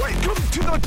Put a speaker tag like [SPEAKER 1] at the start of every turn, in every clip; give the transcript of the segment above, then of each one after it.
[SPEAKER 1] Welcome to the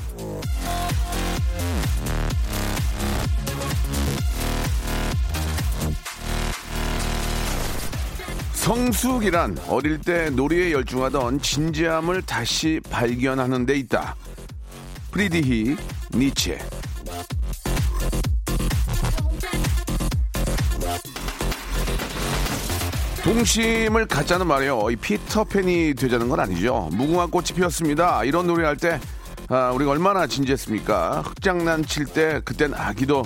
[SPEAKER 2] 성숙이란 어릴 때 놀이에 열중하던 진지함을 다시 발견하는 데 있다 프리디히 니체 동심을 갖자는 말이요. 이 피터팬이 되자는 건 아니죠. 무궁화 꽃이 피었습니다. 이런 노래 할 때, 아, 우리가 얼마나 진지했습니까? 흑장난 칠 때 그땐 아기도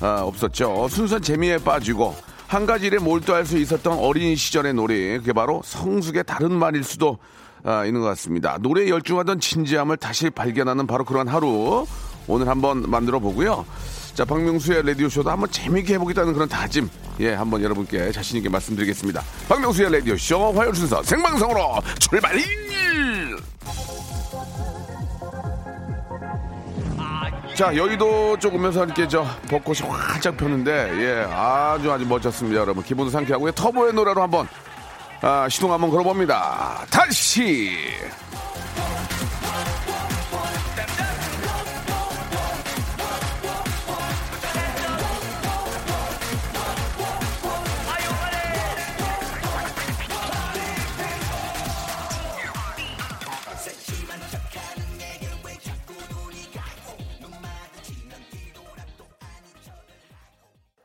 [SPEAKER 2] 아, 없었죠. 순수한 재미에 빠지고 한 가지 일에 몰두할 수 있었던 어린 시절의 놀이. 그게 바로 성숙의 다른 말일 수도 아, 있는 것 같습니다. 노래에 열중하던 진지함을 다시 발견하는 바로 그런 하루. 오늘 한번 만들어 보고요. 자, 박명수의 라디오쇼도 한번 재미있게 해보겠다는 그런 다짐. 예, 한번 여러분께 자신있게 말씀드리겠습니다. 박명수의 라디오쇼 화요일 순서 생방송으로 출발! 자, 여의도 쪽 오면서 이렇게 저 벚꽃이 활짝 폈는데, 예, 아주 아주 멋졌습니다, 여러분. 기분도 상쾌하고요. 터보의 노래로 한번, 아, 시동 한번 걸어봅니다. 다시!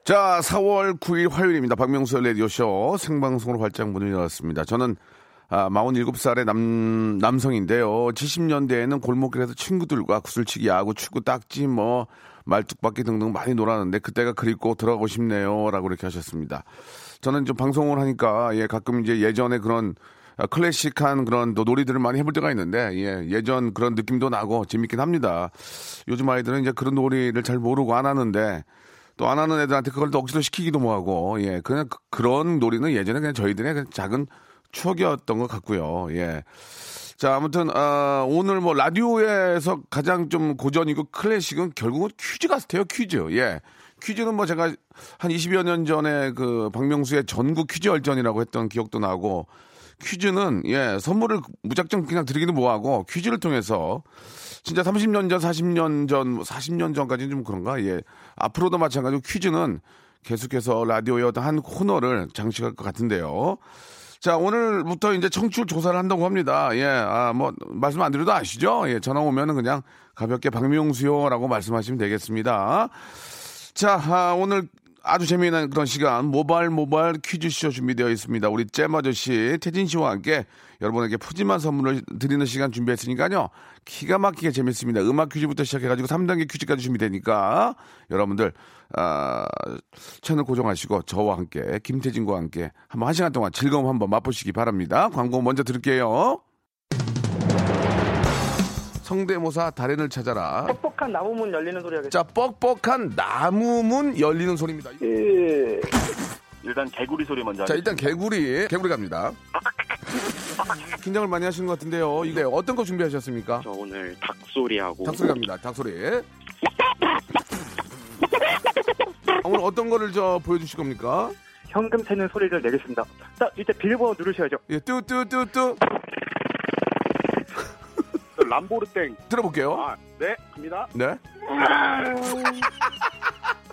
[SPEAKER 2] 자, 4월 9일 화요일입니다. 박명수의 라디오쇼 생방송으로 활짝 문을 열었습니다. 저는 아, 47살의 남, 남성인데요. 70년대에는 골목길에서 친구들과 구슬치기, 야구, 축구, 딱지, 뭐, 말뚝박기 등등 많이 놀았는데 그때가 그립고 돌아가고 싶네요. 라고 이렇게 하셨습니다. 저는 좀 방송을 하니까 예, 가끔 이제 예전에 그런 아, 클래식한 그런 또 놀이들을 많이 해볼 때가 있는데 예, 예전 그런 느낌도 나고 재밌긴 합니다. 요즘 아이들은 이제 그런 놀이를 잘 모르고 안 하는데 또 안 하는 애들한테 그걸 또 억지로 시키기도 뭐하고 예 그냥 그, 런 놀이는 예전에 그냥 저희들의 그냥 작은 추억이었던 것 같고요 예자 아무튼 아, 오늘 뭐 라디오에서 가장 좀 고전이고 클래식은 결국은 퀴즈 같아요 퀴즈 예 퀴즈는 뭐 제가 한 20여 년 전에 그 박명수의 전국 퀴즈 열전이라고 했던 기억도 나고 퀴즈는 예 선물을 무작정 그냥 드리기는 뭐하고 퀴즈를 통해서 진짜 30년 전, 40년 전, 뭐 40년 전까지는 좀 그런가? 예. 앞으로도 마찬가지로 퀴즈는 계속해서 라디오의 어떤 한 코너를 장식할 것 같은데요. 자, 오늘부터 이제 청취율 조사를 한다고 합니다. 예, 아, 뭐, 말씀 안 드려도 아시죠? 예, 전화 오면은 그냥 가볍게 박명수요라고 말씀하시면 되겠습니다. 자, 아, 오늘 아주 재미난 그런 시간 모발 모발 퀴즈쇼 준비되어 있습니다. 우리 잼 아저씨 태진 씨와 함께 여러분에게 푸짐한 선물을 드리는 시간 준비했으니까요. 기가 막히게 재밌습니다. 음악 퀴즈부터 시작해가지고 3단계 퀴즈까지 준비되니까 여러분들 아, 채널 고정하시고 저와 함께 김태진과 함께 한번 한 시간 동안 즐거움 한번 맛보시기 바랍니다. 광고 먼저 들을게요. 성대모사 달인을 찾아라.
[SPEAKER 3] 뻑뻑한 나무문 열리는 소리 하겠습니다.
[SPEAKER 2] 자, 뻑뻑한 나무문 열리는 소리입니다.
[SPEAKER 3] 예.
[SPEAKER 4] 일단 개구리 소리 먼저
[SPEAKER 2] 자
[SPEAKER 4] 하겠습니다.
[SPEAKER 2] 일단 개구리 개구리 갑니다. 긴장을 많이 하시는 것 같은데요. 이거 네, 어떤 거 준비하셨습니까?
[SPEAKER 4] 저 오늘 닭 소리하고
[SPEAKER 2] 닭소리 갑니다. 닭소리. 오늘 어떤 거를 저 보여주실 겁니까?
[SPEAKER 3] 현금 채는 소리를 내겠습니다. 자, 이제 비밀번호 누르셔야죠.
[SPEAKER 2] 예, 뚜뚜뚜뚜
[SPEAKER 4] 람보르땡
[SPEAKER 2] 들어볼게요.
[SPEAKER 4] 아, 네 갑니다
[SPEAKER 2] 네.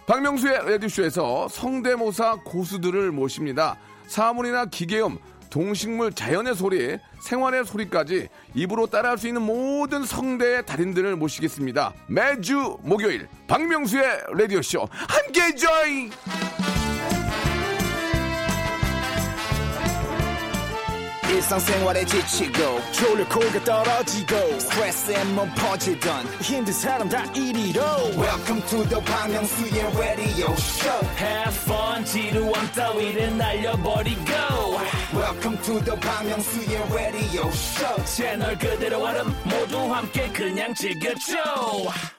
[SPEAKER 2] 박명수의 레디쇼에서 성대모사 고수들을 모십니다. 사물이나 기계음, 동식물, 자연의 소리, 생활의 소리까지 입으로 따라할 수 있는 모든 성대의 달인들을 모시겠습니다. 매주 목요일 박명수의 레디오쇼 함께해 join.
[SPEAKER 5] 일상생활에 지치고, 졸려 코가 떨어지고, 스트레스에 몸 퍼지던, 힘든 사람 다 이리로. welcome to the Bang Myung-soo's radio show
[SPEAKER 6] Have fun 지루함 따위를 날려버리고
[SPEAKER 5] welcome to the Bang Myung-soo's radio show
[SPEAKER 6] 채널 그대로 와름 모두 함께 그냥 즐겨줘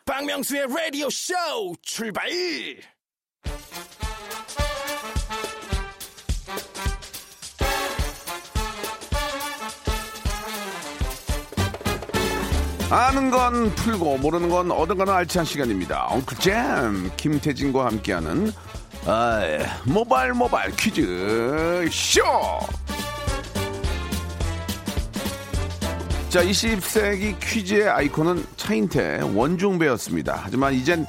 [SPEAKER 6] 박명수의 라디오 쇼 출발
[SPEAKER 2] 박명수의 아는 건 풀고 모르는 건 얻은 거는 알찬 시간입니다. 엉클잼 김태진과 함께하는 아, 모발 모발 퀴즈 쇼. 자, 20세기 퀴즈의 아이콘은 차인태 원종배였습니다. 하지만 이젠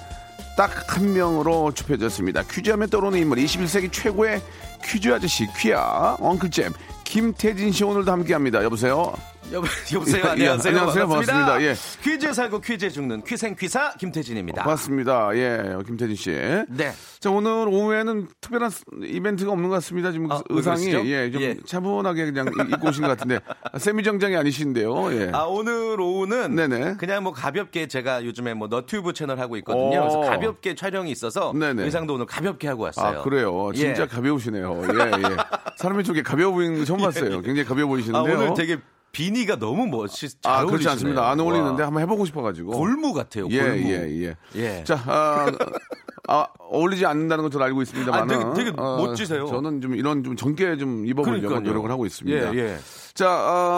[SPEAKER 2] 딱 한 명으로 좁혀졌습니다. 퀴즈하면 떠오르는 인물 21세기 최고의 퀴즈 아저씨 퀴야 엉클잼 김태진 씨 오늘도 함께합니다. 여보세요.
[SPEAKER 7] 여보,
[SPEAKER 2] 예,
[SPEAKER 7] 여보세요. 네,
[SPEAKER 2] 예,
[SPEAKER 7] 안녕하세요.
[SPEAKER 2] 안녕하세요. 반갑습니다. 예.
[SPEAKER 7] 퀴즈에 살고 퀴즈에 죽는 퀴생 퀴사 김태진입니다.
[SPEAKER 2] 맞습니다. 예, 김태진 씨.
[SPEAKER 7] 아. 네.
[SPEAKER 2] 자, 오늘 오후에는 특별한 스- 이벤트가 없는 것 같습니다. 지금
[SPEAKER 7] 아, 왜
[SPEAKER 2] 의상이
[SPEAKER 7] 그러시죠?
[SPEAKER 2] 예, 좀
[SPEAKER 7] 예.
[SPEAKER 2] 차분하게 그냥 이- 입고 오신 것 같은데 아, 세미정장이 아니신데요. 예.
[SPEAKER 7] 아 오늘 오후는
[SPEAKER 2] 네네.
[SPEAKER 7] 그냥 뭐 가볍게 제가 요즘에 뭐 너튜브 채널 하고 있거든요.
[SPEAKER 2] 오.
[SPEAKER 7] 그래서 가볍게 촬영이 있어서
[SPEAKER 2] 어. 네네.
[SPEAKER 7] 의상도 오늘 가볍게 하고 왔어요.
[SPEAKER 2] 아, 그래요. 진짜
[SPEAKER 7] 예.
[SPEAKER 2] 가벼우시네요. 예, 예. 사람이 저게 가벼워 보이는 거 처음 봤어요. 굉장히 가벼워
[SPEAKER 7] 아,
[SPEAKER 2] 보이시는데요.
[SPEAKER 7] 오늘 되게 비니가 너무 멋있. 잘
[SPEAKER 2] 아, 그렇지
[SPEAKER 7] 어울리시네요.
[SPEAKER 2] 않습니다. 안 어울리는데
[SPEAKER 7] 와.
[SPEAKER 2] 한번 해보고 싶어가지고.
[SPEAKER 7] 골무 같아요. 골무.
[SPEAKER 2] 예, 예, 예,
[SPEAKER 7] 예.
[SPEAKER 2] 자, 아, 아, 어울리지 않는다는 건 저도 알고 있습니다만.
[SPEAKER 7] 아, 되게- 되게 멋지세요.
[SPEAKER 2] 저는 좀 이런 좀 정게 좀 입어보려고
[SPEAKER 7] 그러니까요.
[SPEAKER 2] 노력을 하고 있습니다.
[SPEAKER 7] 예, 예.
[SPEAKER 2] 자,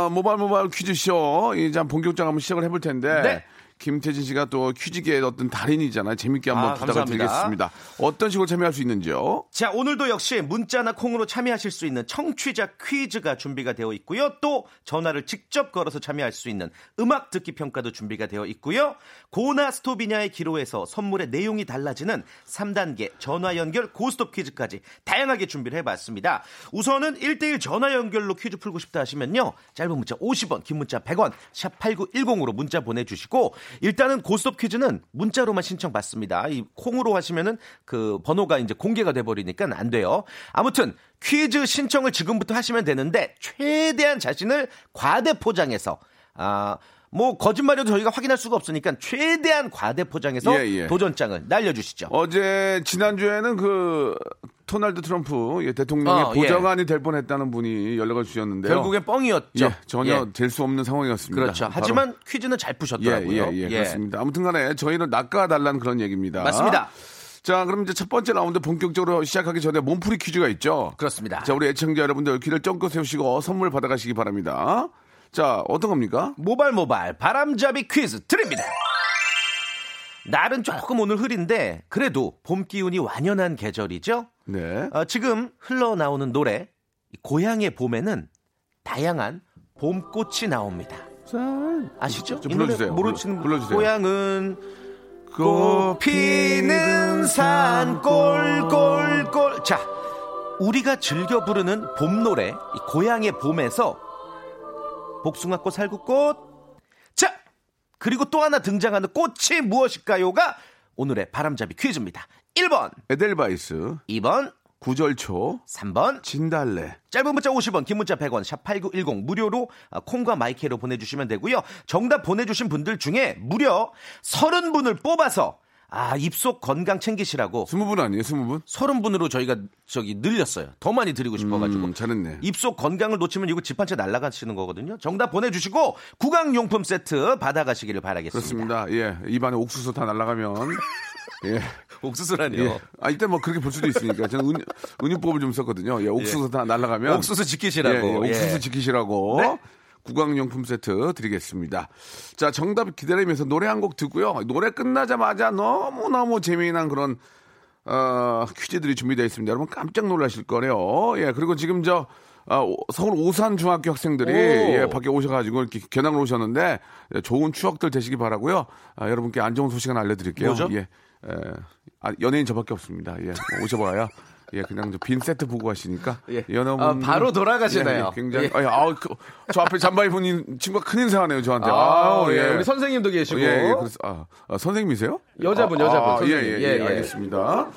[SPEAKER 2] 어, 모발 모발 퀴즈쇼. 이제 한번 본격적으로 한번 시작을 해볼 텐데.
[SPEAKER 7] 네.
[SPEAKER 2] 김태진 씨가 또 퀴즈계의 어떤 달인이잖아요. 재밌게 한번
[SPEAKER 7] 아,
[SPEAKER 2] 부탁을
[SPEAKER 7] 감사합니다.
[SPEAKER 2] 드리겠습니다. 어떤 식으로 참여할 수 있는지요?
[SPEAKER 7] 자, 오늘도 역시 문자나 콩으로 참여하실 수 있는 청취자 퀴즈가 준비가 되어 있고요. 또 전화를 직접 걸어서 참여할 수 있는 음악 듣기 평가도 준비가 되어 있고요. 고나 스톱이냐의 기로에서 선물의 내용이 달라지는 3단계 전화 연결 고스톱 퀴즈까지 다양하게 준비를 해봤습니다. 우선은 1대1 전화 연결로 퀴즈 풀고 싶다 하시면요. 짧은 문자 50원, 긴 문자 100원, 샵 8910으로 문자 보내주시고 일단은 고스톱 퀴즈는 문자로만 신청받습니다. 이 콩으로 하시면은 그 번호가 이제 공개가 돼버리니까 안 돼요. 아무튼 퀴즈 신청을 지금부터 하시면 되는데 최대한 자신을 과대 포장해서 아. 뭐 거짓말이어도 저희가 확인할 수가 없으니까 최대한 과대 포장해서
[SPEAKER 2] 예, 예.
[SPEAKER 7] 도전장을 날려주시죠.
[SPEAKER 2] 어제 지난주에는 그 토널드 트럼프 예, 대통령의
[SPEAKER 7] 어, 예.
[SPEAKER 2] 보좌관이 될 뻔했다는 분이 연락을 주셨는데요.
[SPEAKER 7] 결국엔 뻥이었죠.
[SPEAKER 2] 예, 전혀
[SPEAKER 7] 예,
[SPEAKER 2] 될 수 없는 상황이었습니다.
[SPEAKER 7] 그렇죠.
[SPEAKER 2] 바로-
[SPEAKER 7] 하지만 퀴즈는 잘 푸셨더라고요.
[SPEAKER 2] 예, 예, 예,
[SPEAKER 7] 예.
[SPEAKER 2] 그렇습니다. 아무튼간에 저희는 낚아달라는 그런 얘기입니다.
[SPEAKER 7] 맞습니다.
[SPEAKER 2] 자, 그럼 이제 첫 번째 라운드 본격적으로 시작하기 전에 몸풀이 퀴즈가 있죠.
[SPEAKER 7] 그렇습니다.
[SPEAKER 2] 자, 우리 애청자 여러분들 귀를 쫑긋 세우시고 선물 받아가시기 바랍니다. 자, 어떤 겁니까?
[SPEAKER 7] 모발 모발 바람잡이 퀴즈 드립니다. 날은 조금 오늘 흐린데 그래도 봄 기운이 완연한 계절이죠.
[SPEAKER 2] 네.
[SPEAKER 7] 어, 지금 흘러나오는 노래 이 고향의 봄에는 다양한 봄꽃이 나옵니다. 아시죠?
[SPEAKER 2] 좀
[SPEAKER 7] 이 노래
[SPEAKER 2] 불러주세요.
[SPEAKER 7] 모르시는
[SPEAKER 2] 불러주세요.
[SPEAKER 7] 고향은 꽃피는 산 꼴꼴꼴 자 우리가 즐겨 부르는 봄 노래 이 고향의 봄에서 복숭아꽃 살구꽃 자 그리고 또 하나 등장하는 꽃이 무엇일까요가 오늘의 바람잡이 퀴즈입니다 1번
[SPEAKER 2] 에델바이스,
[SPEAKER 7] 2번
[SPEAKER 2] 구절초,
[SPEAKER 7] 3번
[SPEAKER 2] 진달래.
[SPEAKER 7] 짧은 문자 50원, 긴 문자 100원, 샵 8910 무료로 아, 콩과 마이크로 보내주시면 되고요. 정답 보내주신 분들 중에 무려 30분을 뽑아서 아 입속 건강 챙기시라고
[SPEAKER 2] 스무 분 아니에요, 스무 분?
[SPEAKER 7] 30분으로 저희가 저기 늘렸어요. 더 많이 드리고 싶어가지고.
[SPEAKER 2] 음, 잘했네.
[SPEAKER 7] 입속 건강을 놓치면 이거 집 한 채 날라가시는 거거든요. 정답 보내주시고 구강용품 세트 받아가시기를
[SPEAKER 2] 그렇습니다.
[SPEAKER 7] 바라겠습니다.
[SPEAKER 2] 예. 입안에 옥수수 다 날아가면. 예.
[SPEAKER 7] 옥수수라니요.
[SPEAKER 2] 예. 아, 이때 뭐 그렇게 볼 수도 있으니까. 저는 은, 은유법을 좀 썼거든요. 예, 옥수수 다 날아가면.
[SPEAKER 7] 옥수수 지키시라고.
[SPEAKER 2] 예, 예, 옥수수
[SPEAKER 7] 예.
[SPEAKER 2] 지키시라고.
[SPEAKER 7] 네.
[SPEAKER 2] 구강용품 세트 드리겠습니다. 자, 정답 기다리면서 노래 한 곡 듣고요. 노래 끝나자마자 너무너무 재미난 그런, 어, 퀴즈들이 준비되어 있습니다. 여러분 깜짝 놀라실 거래요. 예, 그리고 지금 저, 아, 오- 서울 오산 중학교 학생들이
[SPEAKER 7] 오.
[SPEAKER 2] 예, 밖에 오셔가지고 이렇게 견학을 오셨는데 예, 좋은 추억들 되시기 바라고요. 아, 여러분께 안 좋은 소식은 알려드릴게요.
[SPEAKER 7] 뭐죠?
[SPEAKER 2] 예, 에, 아, 연예인 저밖에 없습니다. 예, 오셔봐야 예, 그냥 저빈 세트 보고 가시니까
[SPEAKER 7] 예.
[SPEAKER 2] 여러분
[SPEAKER 7] 아, 바로 돌아가시네요.
[SPEAKER 2] 굉장히
[SPEAKER 7] 예.
[SPEAKER 2] 아니, 아우, 그, 저 앞에 잠바입은 친구가 큰 인사하네요 저한테.
[SPEAKER 7] 아,
[SPEAKER 2] 아우,
[SPEAKER 7] 예. 우리 선생님도 계시고.
[SPEAKER 2] 예, 예, 그래서 아, 아, 선생님이세요?
[SPEAKER 7] 여자분,
[SPEAKER 2] 아,
[SPEAKER 7] 여자분,
[SPEAKER 2] 아, 예,
[SPEAKER 7] 선생님.
[SPEAKER 2] 예,
[SPEAKER 7] 예,
[SPEAKER 2] 예,
[SPEAKER 7] 예.
[SPEAKER 2] 알겠습니다.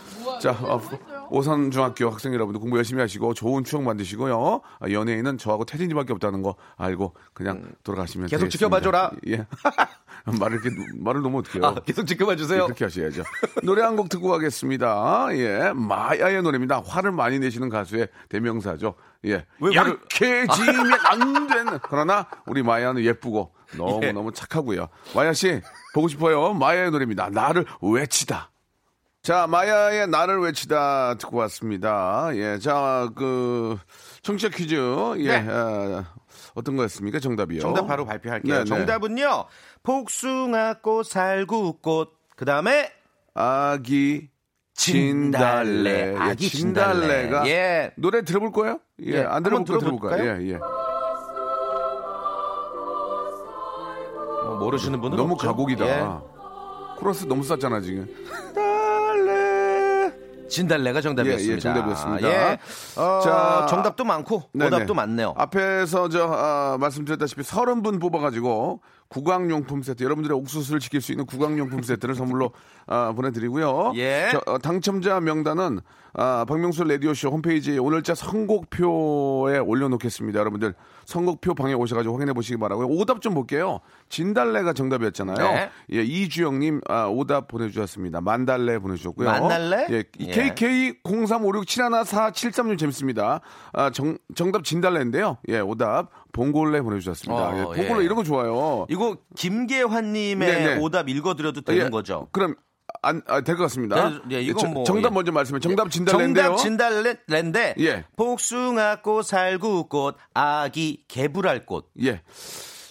[SPEAKER 2] 자, 어, 오산 중학교 학생 여러분들 공부 열심히 하시고 좋은 추억 만드시고요. 아, 연예인은 저하고 태진이밖에 없다는 거 알고 그냥 돌아가시면
[SPEAKER 7] 음, 계속
[SPEAKER 2] 되겠습니다.
[SPEAKER 7] 지켜봐줘라.
[SPEAKER 2] 예. 말을 이렇게 말을 너무 어떡해요.
[SPEAKER 7] 아, 계속 지켜봐 주세요.
[SPEAKER 2] 예, 그렇게 하셔야죠. 노래 한 곡 듣고 가겠습니다. 예, 마야의 노래입니다. 화를 많이 내시는 가수의 대명사죠. 예,
[SPEAKER 7] 왜 화를-
[SPEAKER 2] 약해지면 안 되는. 그러나 우리 마야는 예쁘고 너무 너무 착하고요. 마야 씨 보고 싶어요. 마야의 노래입니다. 나를 외치다. 자, 마야의 나를 외치다 듣고 왔습니다. 예, 자, 그, 청취자 퀴즈. 예,
[SPEAKER 7] 네.
[SPEAKER 2] 아, 어떤 거였습니까? 정답이요.
[SPEAKER 7] 정답 바로 발표할게요.
[SPEAKER 2] 네, 네.
[SPEAKER 7] 정답은요. 복숭아꽃 살구꽃 그다음에
[SPEAKER 2] 아기 진달래.
[SPEAKER 7] 아기
[SPEAKER 2] 예,
[SPEAKER 7] 진달래.
[SPEAKER 2] 진달래가
[SPEAKER 7] 예.
[SPEAKER 2] 노래 들어볼 거예요? 예,
[SPEAKER 7] 예,
[SPEAKER 2] 안
[SPEAKER 7] 한번
[SPEAKER 2] 들어볼까요? 들어볼까요? 예, 예.
[SPEAKER 7] 어, 모르시는 분은
[SPEAKER 2] 너무
[SPEAKER 7] 없죠.
[SPEAKER 2] 가곡이다.
[SPEAKER 7] 예.
[SPEAKER 2] 코러스 너무 쌌잖아, 지금.
[SPEAKER 7] 진달래가 정답이었습니다.
[SPEAKER 2] 예, 예, 정답이었습니다.
[SPEAKER 7] 예. 어,
[SPEAKER 2] 자,
[SPEAKER 7] 정답도 많고
[SPEAKER 2] 네네.
[SPEAKER 7] 오답도 많네요.
[SPEAKER 2] 앞에서 저 아, 말씀드렸다시피 서른 분 뽑아가지고 구강용품 세트 여러분들의 옥수수를 지킬 수 있는 구강용품 세트를 선물로 아, 보내드리고요.
[SPEAKER 7] 예.
[SPEAKER 2] 저, 어, 당첨자 명단은 아, 박명수 라디오 쇼 홈페이지 오늘자 선곡표에 올려놓겠습니다. 여러분들 선곡표 방에 오셔가지고 확인해 보시기 바라고요. 오답 좀 볼게요. 진달래가 정답이었잖아요.
[SPEAKER 7] 네.
[SPEAKER 2] 예, 이주영님 아, 오답 보내주셨습니다. 만달래 보내주셨고요.
[SPEAKER 7] 만달래?
[SPEAKER 2] 예,
[SPEAKER 7] 예.
[SPEAKER 2] KK k 0 3 5 6 7 1 4 7 3 6 재밌습니다. 아, 정, 정답 진달래인데요. 예, 오답 봉골레 보내주셨습니다.
[SPEAKER 7] 어,
[SPEAKER 2] 예, 봉골레
[SPEAKER 7] 예.
[SPEAKER 2] 이런 거 좋아요.
[SPEAKER 7] 이거 김계환님의
[SPEAKER 2] 네네.
[SPEAKER 7] 오답 읽어드려도 되는
[SPEAKER 2] 예,
[SPEAKER 7] 거죠?
[SPEAKER 2] 그럼 안, 아, 될 것 같습니다.
[SPEAKER 7] 네, 예, 이건
[SPEAKER 2] 저-
[SPEAKER 7] 뭐,
[SPEAKER 2] 정답
[SPEAKER 7] 예.
[SPEAKER 2] 먼저 말씀해. 정답 진달래인데요.
[SPEAKER 7] 정답 진달래인데
[SPEAKER 2] 예.
[SPEAKER 7] 복숭아꽃 살구꽃 아기 개불알꽃
[SPEAKER 2] 예.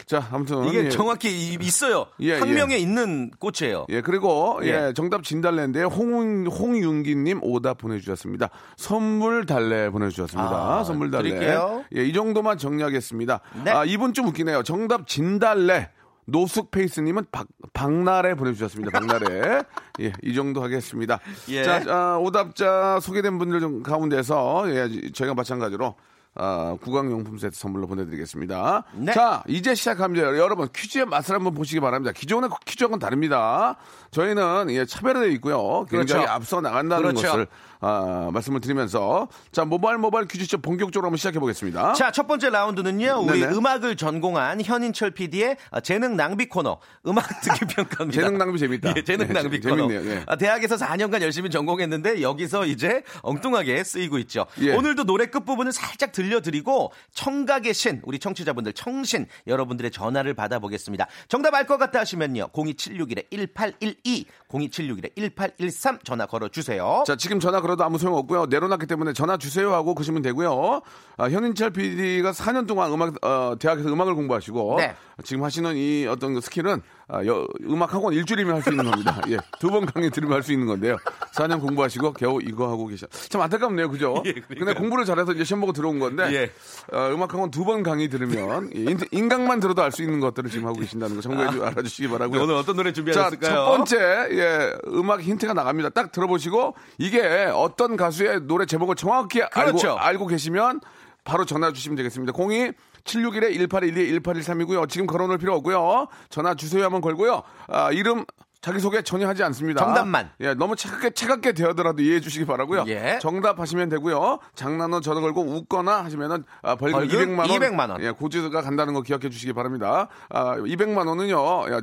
[SPEAKER 2] 자, 아무튼
[SPEAKER 7] 이게
[SPEAKER 2] 예.
[SPEAKER 7] 정확히 이- 있어요.
[SPEAKER 2] 예,
[SPEAKER 7] 한
[SPEAKER 2] 예.
[SPEAKER 7] 명에 있는 꽃이에요.
[SPEAKER 2] 예, 그리고 예,
[SPEAKER 7] 예.
[SPEAKER 2] 정답 진달래인데요. 홍 홍윤기 님 오답 보내 주셨습니다. 선물 달래 보내 주셨습니다.
[SPEAKER 7] 아,
[SPEAKER 2] 선물 달래.
[SPEAKER 7] 드릴게요.
[SPEAKER 2] 예, 이 정도만 정리하겠습니다.
[SPEAKER 7] 네.
[SPEAKER 2] 아, 이분 좀 웃기네요. 정답 진달래 노숙 페이스 님은 박 박나래 보내 주셨습니다. 박나래. 예, 이 정도 하겠습니다.
[SPEAKER 7] 예.
[SPEAKER 2] 자, 아, 오답자 소개된 분들 중 가운데서 예, 저희가 마찬가지로 아, 구강용품 세트 선물로 보내드리겠습니다.
[SPEAKER 7] 네.
[SPEAKER 2] 자, 이제 시작합니다. 여러분, 퀴즈의 맛을 한번 보시기 바랍니다. 기존의 퀴즈하고는 다릅니다. 저희는 예, 차별화되어 있고요. 굉장히
[SPEAKER 7] 그렇죠.
[SPEAKER 2] 앞서 나간다는
[SPEAKER 7] 그렇죠.
[SPEAKER 2] 것을 아, 말씀을 드리면서 자, 모바일 모바일 퀴즈쇼 본격적으로 한번 시작해 보겠습니다.
[SPEAKER 7] 자, 첫 번째 라운드는요. 우리
[SPEAKER 2] 어? 네네.
[SPEAKER 7] 음악을 전공한 현인철 PD의 어, 재능 낭비 코너. 음악 듣기 평가입니다.
[SPEAKER 2] 재능 낭비 재밌다.
[SPEAKER 7] 예, 재능
[SPEAKER 2] 예,
[SPEAKER 7] 낭비
[SPEAKER 2] 재-
[SPEAKER 7] 코너.
[SPEAKER 2] 재밌네요, 예.
[SPEAKER 7] 아, 대학에서 4년간 열심히 전공했는데 여기서 이제 엉뚱하게 쓰이고 있죠.
[SPEAKER 2] 예.
[SPEAKER 7] 오늘도 노래 끝부분을 살짝 들려드리고 청각의 신, 우리 청취자분들 청신 여러분들의 전화를 받아보겠습니다. 정답 알 것 같다 하시면요. 02761-1812, 02761-1813 전화 걸어주세요.
[SPEAKER 2] 자, 지금 전화 걸어도 아무 소용 없고요. 내려놨기 때문에 전화 주세요 하고 그시면 되고요. 아, 현인철 PD가 4년 동안 음악 어, 대학에서 음악을 공부하시고
[SPEAKER 7] 네.
[SPEAKER 2] 지금 하시는 이 어떤 그 스킬은 아, 여- 음악 학원 일주일이면 할 수 있는 겁니다. 예, 두 번 강의 들으면 할 수 있는 건데요. 4년 공부하시고 겨우 이거 하고 계셔. 참 안타깝네요, 그죠?
[SPEAKER 7] 예,
[SPEAKER 2] 근데 공부를 잘해서 이제 시험 보고 들어온 건데 어, 음악 학원 두 번 강의 들으면 예, 인- 인강만 들어도 알 수 있는 것들을 지금 하고 계신다는 거 참고해 주 알아주시기 바라고요.
[SPEAKER 7] 네, 오늘 어떤 노래
[SPEAKER 2] 자,
[SPEAKER 7] 준비하셨을까요?
[SPEAKER 2] 첫 번째 예, 음악 힌트가 나갑니다. 딱 들어보시고 이게 어떤 가수의 노래 제목을 정확히
[SPEAKER 7] 그렇죠.
[SPEAKER 2] 알고 알고 계시면 바로 전화 주시면 되겠습니다. 02 761에 1812 1813이고요. 지금 걸어놓을 필요 없고요. 전화 주세요 한번 걸고요. 아, 이름 자기 소개 전혀 하지 않습니다.
[SPEAKER 7] 정답만.
[SPEAKER 2] 예, 너무 차갑게 차갑게 되어더라도 이해해 주시기 바라고요.
[SPEAKER 7] 예.
[SPEAKER 2] 정답 하시면 되고요. 장난어 전화 걸고 웃거나 하시면은 아, 벌금,
[SPEAKER 7] 벌금
[SPEAKER 2] 200만 원,
[SPEAKER 7] 200만 원.
[SPEAKER 2] 예, 고지가 간다는 거 기억해 주시기 바랍니다. 아, 200만 원은요. 야,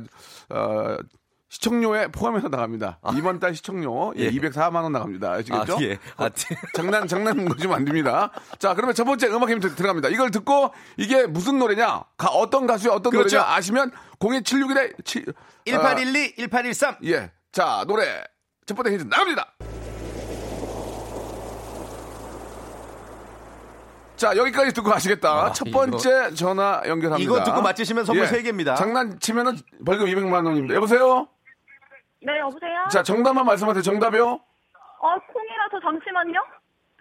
[SPEAKER 2] 어, 시청료에 포함해서 나갑니다. 이번 달 시청료 예,
[SPEAKER 7] 아. 예.
[SPEAKER 2] 204만 원 나갑니다. 아시겠죠?
[SPEAKER 7] 아, 예. 아,
[SPEAKER 2] 어, 장난 장난 거지면 안 됩니다. 자, 그러면 첫 번째 음악 힌트 들어갑니다. 이걸 듣고 이게 무슨 노래냐, 가, 어떤 가수의 어떤
[SPEAKER 7] 그렇죠.
[SPEAKER 2] 노래냐 아시면 02761에 7
[SPEAKER 7] 1812, 1813.
[SPEAKER 2] 예, 자 노래 첫 번째 힌트 나갑니다. 자 여기까지 듣고 아시겠다.
[SPEAKER 7] 아,
[SPEAKER 2] 첫
[SPEAKER 7] 이거-
[SPEAKER 2] 번째 전화 연결합니다. 예,
[SPEAKER 7] 이거 듣고 맞히시면 선물 세 개입니다.
[SPEAKER 2] 장난치면은 벌금 200만 원입니다. 여보세요.
[SPEAKER 8] 네, 여보세요?
[SPEAKER 2] 자 정답만 말씀하세요. 정답이요.
[SPEAKER 8] 어, 콩이라서 잠시만요.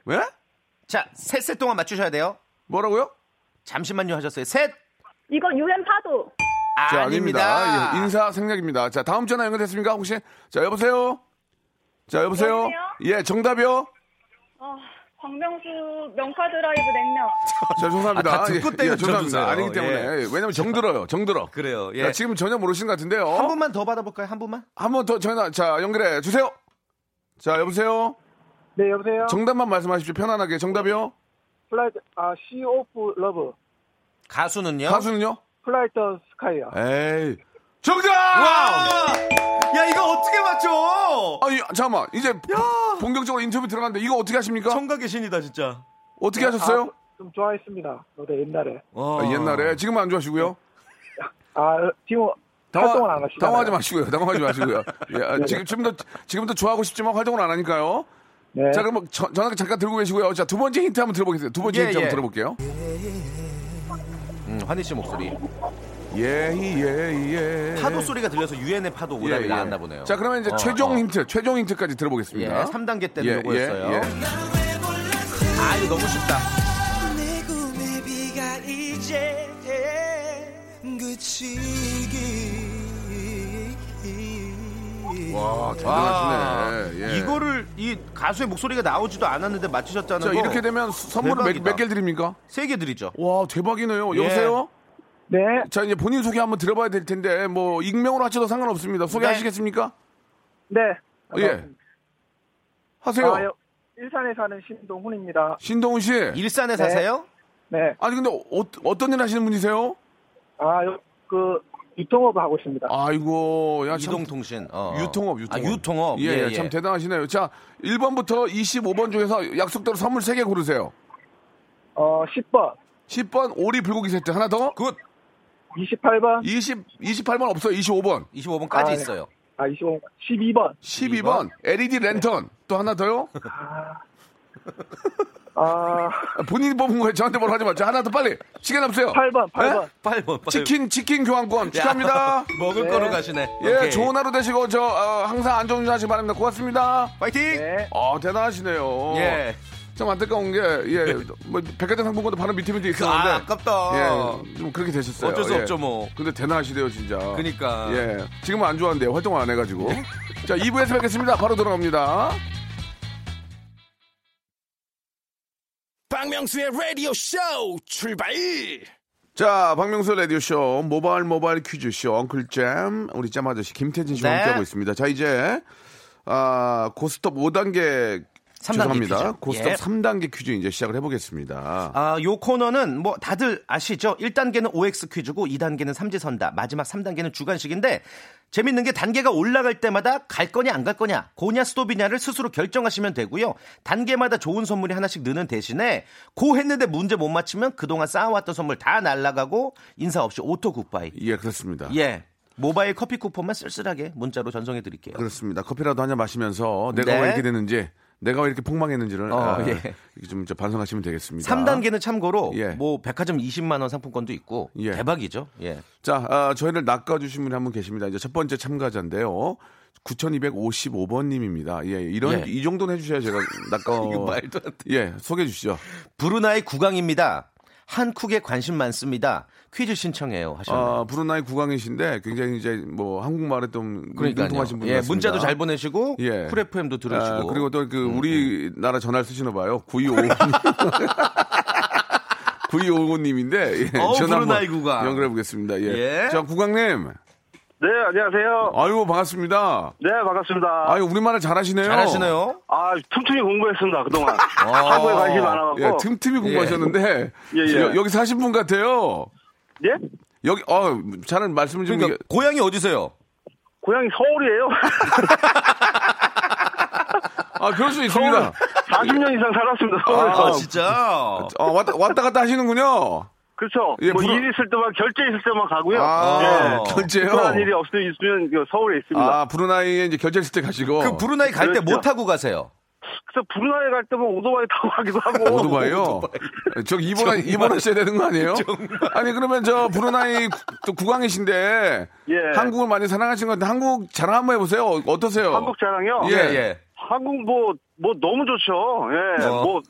[SPEAKER 2] 왜?
[SPEAKER 7] 자, 셋셋 동안 맞추셔야 돼요.
[SPEAKER 2] 뭐라고요?
[SPEAKER 7] 잠시만요 하셨어요. 셋
[SPEAKER 8] 이거 유엔 파도.
[SPEAKER 2] 자,
[SPEAKER 7] 아닙니다.
[SPEAKER 2] 예, 인사 생략입니다. 자, 다음 전화 연결됐습니까? 혹시? 자, 여보세요? 자, 여보세요?
[SPEAKER 8] 여보세요?
[SPEAKER 2] 예, 정답이요?
[SPEAKER 8] 어, 광명수 명카 드라이브 냉면.
[SPEAKER 2] 자, 죄송합니다.
[SPEAKER 7] 아, 다 듣고
[SPEAKER 2] 예,
[SPEAKER 7] 때문에
[SPEAKER 2] 예, 죄송합니다.
[SPEAKER 7] 쳐주세요.
[SPEAKER 2] 아니기 때문에.
[SPEAKER 7] 예.
[SPEAKER 2] 예, 왜냐면 정들어요. 정들어.
[SPEAKER 7] 그래요. 예.
[SPEAKER 2] 자, 지금 어? 전혀 모르시는 것 같은데요.
[SPEAKER 7] 한 분만 더 받아볼까요? 한 분만?
[SPEAKER 2] 한 번 더 전화, 자, 연결해 주세요. 자, 여보세요?
[SPEAKER 4] 네, 여보세요.
[SPEAKER 2] 정답만 말씀하십시오. 편안하게. 정답이요?
[SPEAKER 4] 플라이트 아, 시 오브 러브.
[SPEAKER 7] 가수는요?
[SPEAKER 2] 가수는요?
[SPEAKER 4] 플라이트 스카이야.
[SPEAKER 2] 에이. 정답!
[SPEAKER 7] 와우! 아! 야 이거 어떻게 맞춰?
[SPEAKER 2] 아, 이- 잠깐만. 이제 본격적으로 인터뷰 들어갔는데 이거 어떻게 하십니까?
[SPEAKER 7] 청각의 신이다 진짜.
[SPEAKER 2] 어떻게 하셨어요?
[SPEAKER 4] 좀 좋아했습니다. 노래 옛날에.
[SPEAKER 7] 와.
[SPEAKER 2] 아, 옛날에. 지금은 안 좋아하시고요.
[SPEAKER 4] 아, 지금 활동을 안 하시잖아요.
[SPEAKER 2] 당황하지 마시고요. 당황하지 마시고요. 예, 아, 지금 지금도 지금도 좋아하고 싶지만 활동을 안 하니까요.
[SPEAKER 4] 네.
[SPEAKER 2] 자, 그럼 저, 전화 잠깐 들고 계시고요. 자, 두 번째 힌트 한번 들어보겠습니다. 두 번째
[SPEAKER 7] 예,
[SPEAKER 2] 힌트 한번
[SPEAKER 7] 예.
[SPEAKER 2] 들어볼게요.
[SPEAKER 7] 음, 환희 씨 목소리.
[SPEAKER 2] 예, 예, 예.
[SPEAKER 7] 파도 소리가 들려서 유엔의 파도 오답이 나왔나 보네요.
[SPEAKER 2] 자, 그러면 이제
[SPEAKER 7] 어,
[SPEAKER 2] 최종
[SPEAKER 7] 어.
[SPEAKER 2] 힌트, 최종 힌트까지
[SPEAKER 7] 예,
[SPEAKER 2] 들어보겠습니다.
[SPEAKER 7] 3단계 때는
[SPEAKER 2] 예,
[SPEAKER 7] 요거였어요.
[SPEAKER 2] 예, 예.
[SPEAKER 7] 아, 이거 너무 쉽다.
[SPEAKER 9] 내 꿈의 비가 이제 그치기
[SPEAKER 2] 와, 대단하시네. 아, 예.
[SPEAKER 7] 아. 이거를 이 가수의 목소리가 나오지도 않았는데 맞추셨잖아요.
[SPEAKER 2] 자, 이렇게 되면 수- 선물을 몇,
[SPEAKER 7] 대박이다.
[SPEAKER 2] 몇개 드립니까?
[SPEAKER 7] 세개 드리죠.
[SPEAKER 2] 와, 대박이네요.
[SPEAKER 7] 예.
[SPEAKER 2] 여보세요?
[SPEAKER 4] 네.
[SPEAKER 2] 자, 이제 본인 소개 한번 들어봐야 될 텐데, 뭐, 익명으로 하셔도 상관없습니다. 소개하시겠습니까?
[SPEAKER 4] 네.
[SPEAKER 2] 예. 하세요.
[SPEAKER 4] 아, 여- 일산에 사는 신동훈입니다.
[SPEAKER 2] 신동훈 씨.
[SPEAKER 7] 일산에 사세요?
[SPEAKER 4] 네.
[SPEAKER 2] 아니, 근데 어, 어떤 일 하시는 분이세요?
[SPEAKER 4] 아, 요, 그, 유통업을 하고 있습니다.
[SPEAKER 2] 아이고, 야, 참.
[SPEAKER 7] 이동통신. 어.
[SPEAKER 2] 유통업, 유통업.
[SPEAKER 7] 아, 유통업.
[SPEAKER 2] 예, 예, 참 대단하시네요. 자, 1번부터 25번 중에서 약속대로 선물 3개 고르세요.
[SPEAKER 4] 어, 10번,
[SPEAKER 2] 10번 오리 불고기 세트 하나 더.
[SPEAKER 7] 굿.
[SPEAKER 4] 28번,
[SPEAKER 2] 20 28번 없어요. 25번.
[SPEAKER 7] 25번까지
[SPEAKER 4] 아, 예.
[SPEAKER 7] 있어요.
[SPEAKER 4] 아, 25번, 12번.
[SPEAKER 2] 12번 LED 랜턴 또 하나 더요.
[SPEAKER 4] 아,
[SPEAKER 2] 아, 본인이 뽑은 거예요. 저한테 뭐라 하지 마세요. 하나 더 빨리. 시간 없어요.
[SPEAKER 4] 8번, 8번.
[SPEAKER 2] 예?
[SPEAKER 7] 빨리 먹- 빨리.
[SPEAKER 2] 치킨 치킨 교환권 축하합니다.
[SPEAKER 7] 먹을 거로 가시네.
[SPEAKER 2] 예,
[SPEAKER 7] 오케이.
[SPEAKER 2] 좋은 하루 되시고 저 어, 항상 안전운전하시기 바랍니다. 고맙습니다.
[SPEAKER 7] 파이팅.
[SPEAKER 4] 네.
[SPEAKER 2] 아 대단하시네요.
[SPEAKER 7] 예.
[SPEAKER 2] 참 안타까운 게 예, 뭐 백화점 상품권도 바로 밑에 밑에 있었는데
[SPEAKER 7] 아, 아깝다.
[SPEAKER 2] 예, 좀 그렇게 되셨어요.
[SPEAKER 7] 어쩔 수
[SPEAKER 2] 예.
[SPEAKER 7] 없죠, 뭐.
[SPEAKER 2] 근데 대단하시대요 진짜.
[SPEAKER 7] 그니까.
[SPEAKER 2] 예, 지금은 안 좋아한대요. 활동을 안 해가지고.
[SPEAKER 7] 네.
[SPEAKER 2] 자, 2부에서 뵙겠습니다. 바로 돌아갑니다.
[SPEAKER 6] 박명수의 라디오 쇼 출발
[SPEAKER 2] 자, 박명수 라디오쇼, 모바일 모바일 퀴즈쇼, 엉클잼, 우리 잼 아저씨, 김태진 씨와
[SPEAKER 7] 네.
[SPEAKER 2] 함께하고 있습니다. 자, 이제, 아, 고스톱 5단계,
[SPEAKER 7] 삼단계
[SPEAKER 2] 죄송합니다.
[SPEAKER 7] 퀴즈.
[SPEAKER 2] 고스톱
[SPEAKER 7] 예.
[SPEAKER 2] 3단계 퀴즈 이제 시작을 해보겠습니다.
[SPEAKER 7] 아, 요 코너는 뭐 다들 아시죠? 1단계는 OX 퀴즈고 2단계는 삼지선다. 마지막 3단계는 주간식인데 재밌는 게 단계가 올라갈 때마다 갈 거냐 안 갈 거냐, 고냐 스톱이냐를 스스로 결정하시면 되고요. 단계마다 좋은 선물이 하나씩 느는 대신에 고 했는데 문제 못 맞히면 그동안 쌓아왔던 선물 다 날라가고 인사 없이 오토 굿바이.
[SPEAKER 2] 예, 그렇습니다.
[SPEAKER 7] 예. 모바일 커피 쿠폰만 쓸쓸하게 문자로 전송해 드릴게요.
[SPEAKER 2] 그렇습니다. 커피라도 한 잔 마시면서 내가
[SPEAKER 7] 네.
[SPEAKER 2] 왜 이렇게 됐는지, 내가 왜 이렇게 폭망했는지를
[SPEAKER 7] 어,
[SPEAKER 2] 아,
[SPEAKER 7] 예.
[SPEAKER 2] 이렇게 좀, 이제 반성하시면 되겠습니다.
[SPEAKER 7] 3단계는 참고로
[SPEAKER 2] 예.
[SPEAKER 7] 뭐 백화점 20만 원 상품권도 있고
[SPEAKER 2] 예.
[SPEAKER 7] 대박이죠. 예.
[SPEAKER 2] 자, 아, 저희를 낚아주신 분이 한 분 계십니다. 이제 첫 번째 참가자인데요. 9255번님입니다. 예, 이런,
[SPEAKER 7] 예.
[SPEAKER 2] 이 정도는 해주셔야 제가 낚아.
[SPEAKER 7] 이거 말도 안
[SPEAKER 2] 예, 소개해 주시죠.
[SPEAKER 7] 브루나이 국왕입니다. 한국에 관심 많습니다. 퀴즈 신청해요 하셨네요.
[SPEAKER 2] 아, 브루나이 국왕이신데 굉장히 이제 뭐 한국말에 좀
[SPEAKER 7] 그러니까요.
[SPEAKER 2] 능통하신 분
[SPEAKER 7] 예,
[SPEAKER 2] 같습니다.
[SPEAKER 7] 문자도 잘 보내시고
[SPEAKER 2] 예.
[SPEAKER 7] 쿨 FM도 들으시고 음,
[SPEAKER 2] 아, 그리고 또 그 우리나라 전화를 쓰시나 봐요. 9255님. 9255님인데, 예,
[SPEAKER 7] 어우,
[SPEAKER 2] 전화 한번
[SPEAKER 7] 브루나이 국왕.
[SPEAKER 2] 연결해 보겠습니다. 예.
[SPEAKER 7] 예.
[SPEAKER 2] 자, 국왕님.
[SPEAKER 3] 네, 안녕하세요.
[SPEAKER 2] 아유, 반갑습니다.
[SPEAKER 3] 네, 반갑습니다.
[SPEAKER 2] 아유, 우리말을 잘하시네요. 어,
[SPEAKER 7] 잘하시네요.
[SPEAKER 3] 아, 틈틈이 공부했습니다, 그동안. 한국에 아, 관심이 많아갖고.
[SPEAKER 2] 예, 틈틈이 공부하셨는데
[SPEAKER 3] 예, 예.
[SPEAKER 2] 여, 기 사신 분 같아요.
[SPEAKER 3] 예?
[SPEAKER 2] 여기 어 잘은 말씀 좀
[SPEAKER 7] 그러니까 고향이 어디세요?
[SPEAKER 3] 고향이 서울이에요.
[SPEAKER 2] 아 그럴 수
[SPEAKER 3] 서울
[SPEAKER 2] 있습니다.
[SPEAKER 3] 40년 이상 살았습니다,
[SPEAKER 7] 아,
[SPEAKER 3] 서울에서.
[SPEAKER 7] 진짜.
[SPEAKER 2] 어, 왔다, 왔다 갔다 하시는군요.
[SPEAKER 3] 그렇죠.
[SPEAKER 2] 예,
[SPEAKER 3] 뭐
[SPEAKER 2] 부러-
[SPEAKER 3] 일 있을 때만, 결제 있을 때만 가고요.
[SPEAKER 2] 아
[SPEAKER 7] 예.
[SPEAKER 2] 결제요.
[SPEAKER 3] 특별한 일이 없으면 그 서울에 있습니다.
[SPEAKER 2] 아 브루나이에 이제 결제했을 때 가시고
[SPEAKER 7] 그 브루나이 갈 때
[SPEAKER 3] 그렇죠.
[SPEAKER 7] 뭐 타고 가세요?
[SPEAKER 3] 그래서 브루나이 갈 때면 오토바이 타고 가기도
[SPEAKER 4] 어,
[SPEAKER 3] 하고.
[SPEAKER 2] 오토바이요. 아, 저기 입원하- 입원하셔야 되는 거 아니에요? 아니 그러면 저 브루나이 구- 또 국왕이신데
[SPEAKER 3] 예.
[SPEAKER 2] 한국을 많이 사랑하시는 건데 한국 자랑 한번 해보세요. 어- 어떠세요?
[SPEAKER 3] 한국 자랑이요?
[SPEAKER 2] 예.
[SPEAKER 3] 한국 뭐, 뭐 너무 좋죠. 예.
[SPEAKER 7] 어.
[SPEAKER 3] 뭐,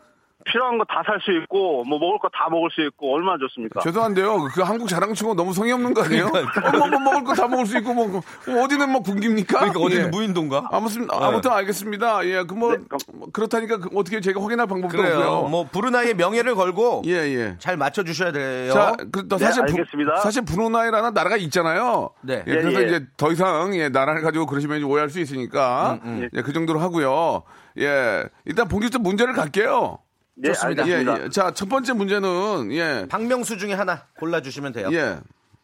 [SPEAKER 3] 필요한 거 다 살 수 있고, 뭐 먹을 거 다 먹을 수 있고, 얼마나 좋습니까?
[SPEAKER 2] 죄송한데요. 그 한국 자랑치고 너무 성의 없는 거 아니에요? 엄마 뭐 먹을 거 다 먹을 수 있고 뭐 뭐 어디는 뭐 군기입니까?
[SPEAKER 7] 그러니까 어디는
[SPEAKER 2] 예.
[SPEAKER 7] 무인도인가?
[SPEAKER 2] 아무튼 아무튼 알겠습니다. 예, 그뭐
[SPEAKER 3] 네, 그럼-
[SPEAKER 2] 그렇다니까 그 어떻게 제가 확인할 방법도
[SPEAKER 7] 그래요.
[SPEAKER 2] 없고요.
[SPEAKER 7] 뭐 브루나이의 명예를 걸고
[SPEAKER 2] 예, 예.
[SPEAKER 7] 잘 맞춰 주셔야 돼요.
[SPEAKER 2] 자, 그, 또
[SPEAKER 3] 네,
[SPEAKER 2] 사실
[SPEAKER 3] 알겠습니다.
[SPEAKER 2] 부, 사실 브루나이라는 나라가 있잖아요.
[SPEAKER 7] 네.
[SPEAKER 2] 예,
[SPEAKER 3] 예,
[SPEAKER 2] 그래서
[SPEAKER 3] 예.
[SPEAKER 2] 이제 더 이상 예, 나라를 가지고 그러시면 이제 오해할 수 있으니까
[SPEAKER 7] 음,
[SPEAKER 2] 예, 그 정도로 하고요. 예, 일단 본격적 문제를 갈게요.
[SPEAKER 3] 예,
[SPEAKER 7] 좋습니다.
[SPEAKER 2] 예,
[SPEAKER 3] 알겠습니다.
[SPEAKER 2] 예. 자, 첫 번째 문제는 예,
[SPEAKER 7] 박명수 중에 하나 골라 주시면 돼요.
[SPEAKER 2] 예,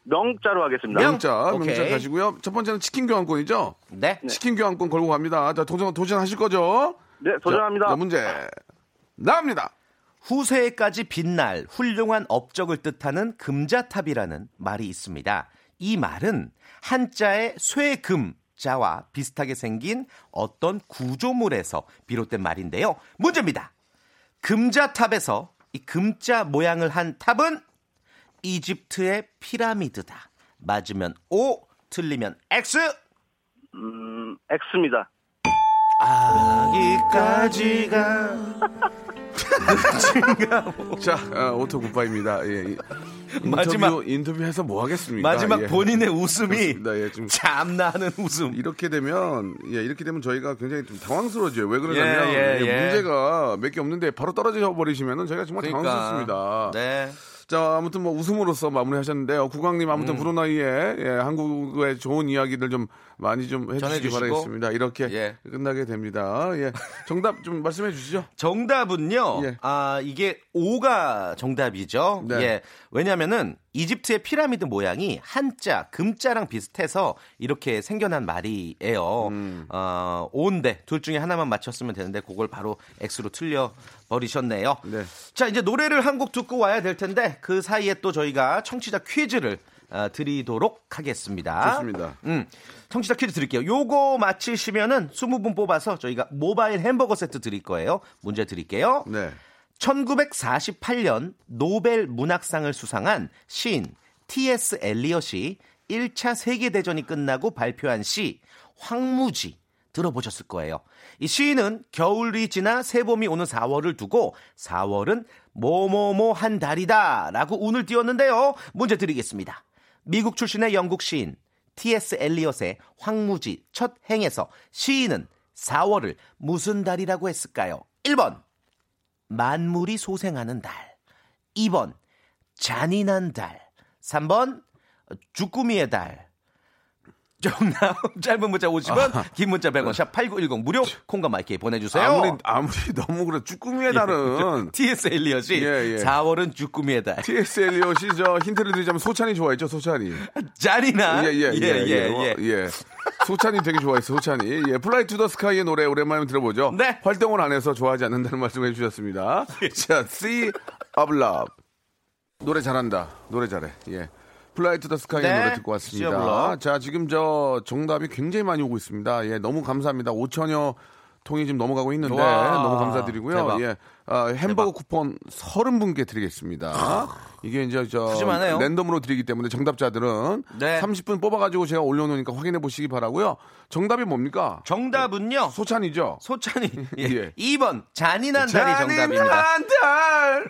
[SPEAKER 3] 명자로 하겠습니다.
[SPEAKER 7] 명-
[SPEAKER 2] 명자,
[SPEAKER 7] 네. 오케이.
[SPEAKER 2] 명자 가시고요. 첫 번째는 치킨 교환권이죠.
[SPEAKER 7] 네.
[SPEAKER 2] 치킨 교환권 걸고 갑니다. 자, 도전, 도전하실 거죠?
[SPEAKER 3] 네, 도전합니다.
[SPEAKER 2] 자, 자, 문제. 나옵니다.
[SPEAKER 7] 후세에까지 빛날 훌륭한 업적을 뜻하는 금자탑이라는 말이 있습니다. 이 말은 한자의 쇠금 자와 비슷하게 생긴 어떤 구조물에서 비롯된 말인데요. 문제입니다. 금자탑에서 이 금자 모양을 한 탑은 이집트의 피라미드다. 맞으면 O, 틀리면 X.
[SPEAKER 3] 음, X입니다.
[SPEAKER 7] 여기까지가
[SPEAKER 2] 자, 어, 오토 굿바입니다. 예. 이- 인터뷰,
[SPEAKER 7] 마지막.
[SPEAKER 2] 인터뷰해서 뭐 하겠습니까?
[SPEAKER 7] 마지막
[SPEAKER 2] 예.
[SPEAKER 7] 본인의 웃음이
[SPEAKER 2] 그렇습니다. 예, 좀
[SPEAKER 7] 참나는 웃음.
[SPEAKER 2] 이렇게 되면 예, 이렇게 되면 저희가 굉장히 좀 당황스러워져요. 왜 그러냐면
[SPEAKER 7] 예, 예,
[SPEAKER 2] 예,
[SPEAKER 7] 예.
[SPEAKER 2] 문제가 몇 개 없는데 바로 떨어져 버리시면은 저희가 정말
[SPEAKER 7] 그러니까.
[SPEAKER 2] 당황스럽습니다.
[SPEAKER 7] 네.
[SPEAKER 2] 자, 아무튼 뭐 웃음으로써 마무리하셨는데요. 국왕님
[SPEAKER 7] 음.
[SPEAKER 2] 아무튼 브루나이에 예, 한국의 좋은 이야기들 좀 많이 좀 해주시기
[SPEAKER 7] 전해주시고.
[SPEAKER 2] 바라겠습니다. 이렇게
[SPEAKER 7] 예.
[SPEAKER 2] 끝나게 됩니다. 예, 정답 좀 말씀해 주시죠.
[SPEAKER 7] 정답은요.
[SPEAKER 2] 예.
[SPEAKER 7] 아 이게 오가 정답이죠.
[SPEAKER 2] 네.
[SPEAKER 7] 예. 왜냐하면은 이집트의 피라미드 모양이 한자 금자랑 비슷해서 이렇게 생겨난 말이에요.
[SPEAKER 2] 음.
[SPEAKER 7] 어, 오인데 둘 중에 하나만 맞췄으면 되는데 그걸 바로 X로 틀려 버리셨네요.
[SPEAKER 2] 네.
[SPEAKER 7] 자 이제 노래를 한 곡 듣고 와야 될 텐데 그 사이에 또 저희가 청취자 퀴즈를 어, 드리도록 하겠습니다.
[SPEAKER 2] 좋습니다.
[SPEAKER 7] 음, 청취자 퀴즈 드릴게요. 요거 맞히시면은 20분 뽑아서 저희가 모바일 햄버거 세트 드릴 거예요. 문제 드릴게요.
[SPEAKER 2] 네.
[SPEAKER 7] 1948년 노벨 문학상을 수상한 시인 T.S. 엘리엇이 1차 세계대전이 끝나고 발표한 시 황무지 들어보셨을 거예요. 이 시인은 겨울이 지나 새봄이 오는 4월을 두고 4월은 뭐뭐뭐 한 달이다 라고 운을 띄웠는데요. 문제 드리겠습니다. 미국 출신의 영국 시인 T.S. 엘리엇의 황무지 첫 행에서 시인은 4월을 무슨 달이라고 했을까요? 1번 만물이 소생하는 달. 2번, 잔인한 달. 3번, 주꾸미의 달. 정답, 짧은 문자 50원, 긴 문자 100원, 샵 8910, 무료, 콩과 마이크에 보내주세요.
[SPEAKER 2] 아.
[SPEAKER 7] 예.
[SPEAKER 2] 아무리 아무리 너무 그래 쭈꾸미의 달은
[SPEAKER 7] TS 엘리엇이
[SPEAKER 2] 예, 예.
[SPEAKER 7] 4월은 주꾸미의 달.
[SPEAKER 2] T.S. 엘리엇이 저 힌트를 드리자면 소찬이 좋아했죠 소찬이.
[SPEAKER 7] 잔인한.
[SPEAKER 2] 예예예 예,
[SPEAKER 7] 예,
[SPEAKER 2] 예,
[SPEAKER 7] 예.
[SPEAKER 2] 예. 소찬이 되게 좋아했어 소찬이. 예, 플라이 투 더 스카이의 노래 오랜만에 들어보죠.
[SPEAKER 7] 네. 예.
[SPEAKER 2] 활동을 안 해서 좋아하지 않는다는 말씀을 해주셨습니다. 자, Sea of Love 노래 잘한다. 노래 잘해. 예. 플라이 투 더 스카이의
[SPEAKER 7] 네.
[SPEAKER 2] 노래 듣고
[SPEAKER 7] Sea of
[SPEAKER 2] 왔습니다.
[SPEAKER 7] Love.
[SPEAKER 2] 자, 지금 저 정답이 굉장히 많이 오고 있습니다. 예, 너무 감사합니다. 5천여 통이 지금 넘어가고 있는데
[SPEAKER 7] 와,
[SPEAKER 2] 너무 감사드리고요.
[SPEAKER 7] 대박.
[SPEAKER 2] 예. 아, 햄버거 쿠폰 30분께 드리겠습니다. 이게 이제 저
[SPEAKER 7] 푸짐하네요.
[SPEAKER 2] 랜덤으로 드리기 때문에 정답자들은
[SPEAKER 7] 네.
[SPEAKER 2] 30분 뽑아가지고 제가 올려놓으니까 확인해 보시기 바라고요. 정답이 뭡니까?
[SPEAKER 7] 정답은요,
[SPEAKER 2] 소찬이죠.
[SPEAKER 7] 소찬이. 예.
[SPEAKER 2] 예.
[SPEAKER 7] 2번, 잔인한 달이 정답입니다.
[SPEAKER 2] 달,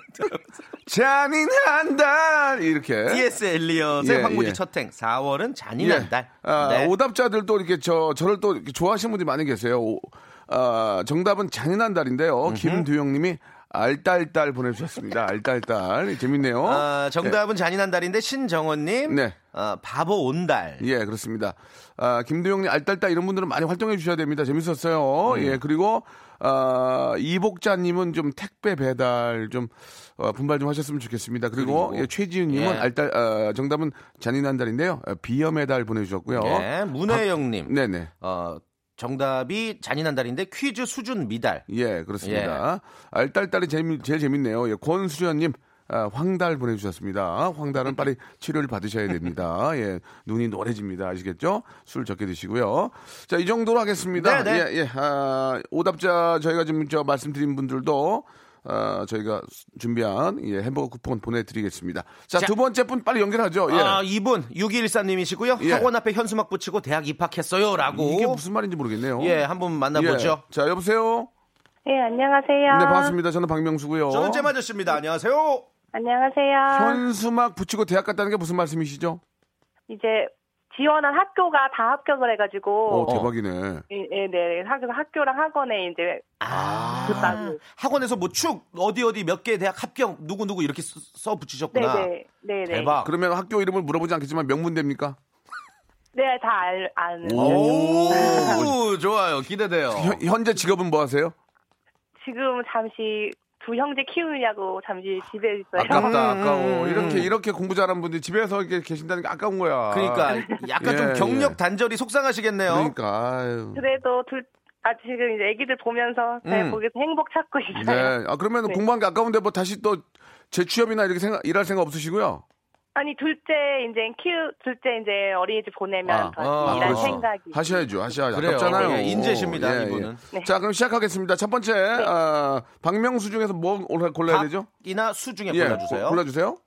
[SPEAKER 2] 잔인한 달 이렇게.
[SPEAKER 7] T.S. 엘리엇의
[SPEAKER 2] 예,
[SPEAKER 7] 황무지
[SPEAKER 2] 예.
[SPEAKER 7] 첫행 4월은 잔인한
[SPEAKER 2] 예.
[SPEAKER 7] 달.
[SPEAKER 2] 아,
[SPEAKER 7] 네.
[SPEAKER 2] 오답자들 또 이렇게 저 저를 또 이렇게 좋아하시는 분들이 많이 계세요. 오, 아, 정답은 잔인한 달인데요. 김두영님이 알딸딸 보내주셨습니다. 알딸딸 재밌네요.
[SPEAKER 7] 어, 정답은 잔인한 달인데 신정원님
[SPEAKER 2] 네.
[SPEAKER 7] 어, 바보 온달
[SPEAKER 2] 예, 그렇습니다. 아, 김도영님, 알딸딸 이런 분들은 많이 활동해 주셔야 됩니다. 재밌었어요. 예, 그리고, 아, 이복자님은 좀 택배 배달 좀 어, 분발 좀 하셨으면 좋겠습니다. 그리고,
[SPEAKER 7] 그리고.
[SPEAKER 2] 예, 최지은님은
[SPEAKER 7] 예.
[SPEAKER 2] 알딸, 아, 정답은 잔인한 달인데요. 아, 비염의 달 보내주셨고요.
[SPEAKER 7] 예, 문혜영님
[SPEAKER 2] 네네.
[SPEAKER 7] 어, 정답이 잔인한 달인데 퀴즈 수준 미달
[SPEAKER 2] 예, 그렇습니다. 알딸딸이 재미, 제일 재밌네요. 예, 권수련님. 아, 황달 보내주셨습니다. 황달은 빨리 치료를 받으셔야 됩니다. 예, 눈이 노래집니다. 아시겠죠? 술 적게 드시고요. 자, 이 정도로 하겠습니다.
[SPEAKER 7] 네, 네.
[SPEAKER 2] 예, 예. 아, 오답자 저희가 지금 저 말씀드린 분들도 아, 저희가 준비한 예, 햄버거 쿠폰 보내드리겠습니다. 자,
[SPEAKER 7] 자.
[SPEAKER 2] 두 번째 분 빨리 연결하죠. 예.
[SPEAKER 7] 아, 이분 6213님이시고요
[SPEAKER 2] 예.
[SPEAKER 7] 학원 앞에 현수막 붙이고 대학 입학했어요 라고
[SPEAKER 2] 이게 무슨 말인지 모르겠네요.
[SPEAKER 7] 예, 한번
[SPEAKER 2] 예.
[SPEAKER 7] 만나보죠
[SPEAKER 2] 자, 여보세요?
[SPEAKER 10] 네, 안녕하세요.
[SPEAKER 2] 네, 반갑습니다. 저는 박명수고요.
[SPEAKER 7] 저는 잼 아저씨입니다 안녕하세요
[SPEAKER 10] 안녕하세요.
[SPEAKER 2] 현수막 붙이고 대학 갔다는 게 무슨 말씀이시죠?
[SPEAKER 10] 이제 지원한 학교가 다 합격을 해가지고,
[SPEAKER 2] 어, 대박이네.
[SPEAKER 10] 예, 예, 네, 학교, 학교랑 학원에 이제,
[SPEAKER 7] 아,
[SPEAKER 10] 맞아요.
[SPEAKER 7] 학원에서 뭐 축 어디 어디 몇 개 대학 합격 누구누구 이렇게 써, 써 붙이셨구나
[SPEAKER 10] 네네, 네네.
[SPEAKER 7] 대박
[SPEAKER 2] 그러면 학교 이름을 물어보지 않겠지만 명문대입니까?
[SPEAKER 10] 네, 다 알, 아는.
[SPEAKER 7] 오 좋아요 기대돼요
[SPEAKER 2] 현- 현재 직업은 뭐 하세요?
[SPEAKER 10] 지금 잠시 두 형제 키우려고 잠시 집에 있어요.
[SPEAKER 2] 아, 아깝다,
[SPEAKER 7] 음,
[SPEAKER 2] 아까워.
[SPEAKER 7] 음,
[SPEAKER 2] 이렇게
[SPEAKER 7] 음.
[SPEAKER 2] 이렇게 공부 잘하는 분들이 집에서 이렇게 계신다는 게 아까운 거야.
[SPEAKER 7] 그러니까 약간
[SPEAKER 2] 예,
[SPEAKER 7] 좀 경력
[SPEAKER 2] 예.
[SPEAKER 7] 단절이 속상하시겠네요.
[SPEAKER 2] 그러니까. 아유.
[SPEAKER 10] 그래도 둘, 아, 지금 이제 애기들 보면서, 네,
[SPEAKER 7] 음.
[SPEAKER 10] 거기서 행복 찾고 있어요.
[SPEAKER 2] 네. 아 그러면
[SPEAKER 10] 네.
[SPEAKER 2] 공부한 게 아까운데 뭐 다시 또 재취업이나 이렇게 생각, 일할 생각 없으시고요.
[SPEAKER 10] 아니 둘째 이제 키우 둘째 이제 어린이집 보내면 더
[SPEAKER 2] 아,
[SPEAKER 10] 이란
[SPEAKER 2] 그렇죠.
[SPEAKER 10] 생각이
[SPEAKER 2] 하셔야죠, 하셔야죠.
[SPEAKER 7] 그래요.
[SPEAKER 2] 아깝잖아요.
[SPEAKER 7] 예, 인재십니다, 이분은.
[SPEAKER 10] 네.
[SPEAKER 2] 자, 그럼 시작하겠습니다. 첫 번째, 아, 박명수 중에서 뭐 골라- 골라야 되죠?
[SPEAKER 7] 이나 수 중에
[SPEAKER 2] 예,
[SPEAKER 7] 골라주세요.
[SPEAKER 2] 고- 골라주세요.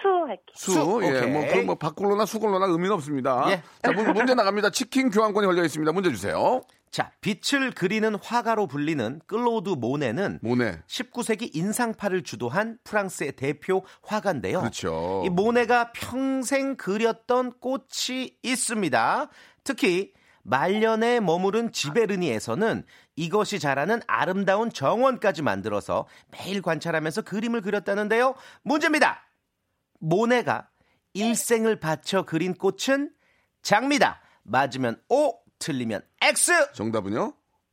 [SPEAKER 10] 수할게.
[SPEAKER 2] 수,
[SPEAKER 7] 수,
[SPEAKER 2] 예,
[SPEAKER 7] 오케이.
[SPEAKER 2] 뭐, 그럼 뭐, 박골로나 수골로나 의미는 없습니다.
[SPEAKER 7] 예.
[SPEAKER 2] 자, 문, 문제 나갑니다. 치킨 교환권이 걸려 있습니다. 문제 주세요.
[SPEAKER 7] 자, 빛을 그리는 화가로 불리는 클로드 모네는
[SPEAKER 2] 모네.
[SPEAKER 7] 19세기 인상파를 주도한 프랑스의 대표 화가인데요.
[SPEAKER 2] 그렇죠.
[SPEAKER 7] 이 모네가 평생 그렸던 꽃이 있습니다. 특히 말년에 머무른 지베르니에서는 이것이 자라는 아름다운 정원까지 만들어서 매일 관찰하면서 그림을 그렸다는데요. 문제입니다. 모네가 일생을 바쳐 그린 꽃은 장미다. 맞으면 O, 틀리면 X.
[SPEAKER 2] 정답은요?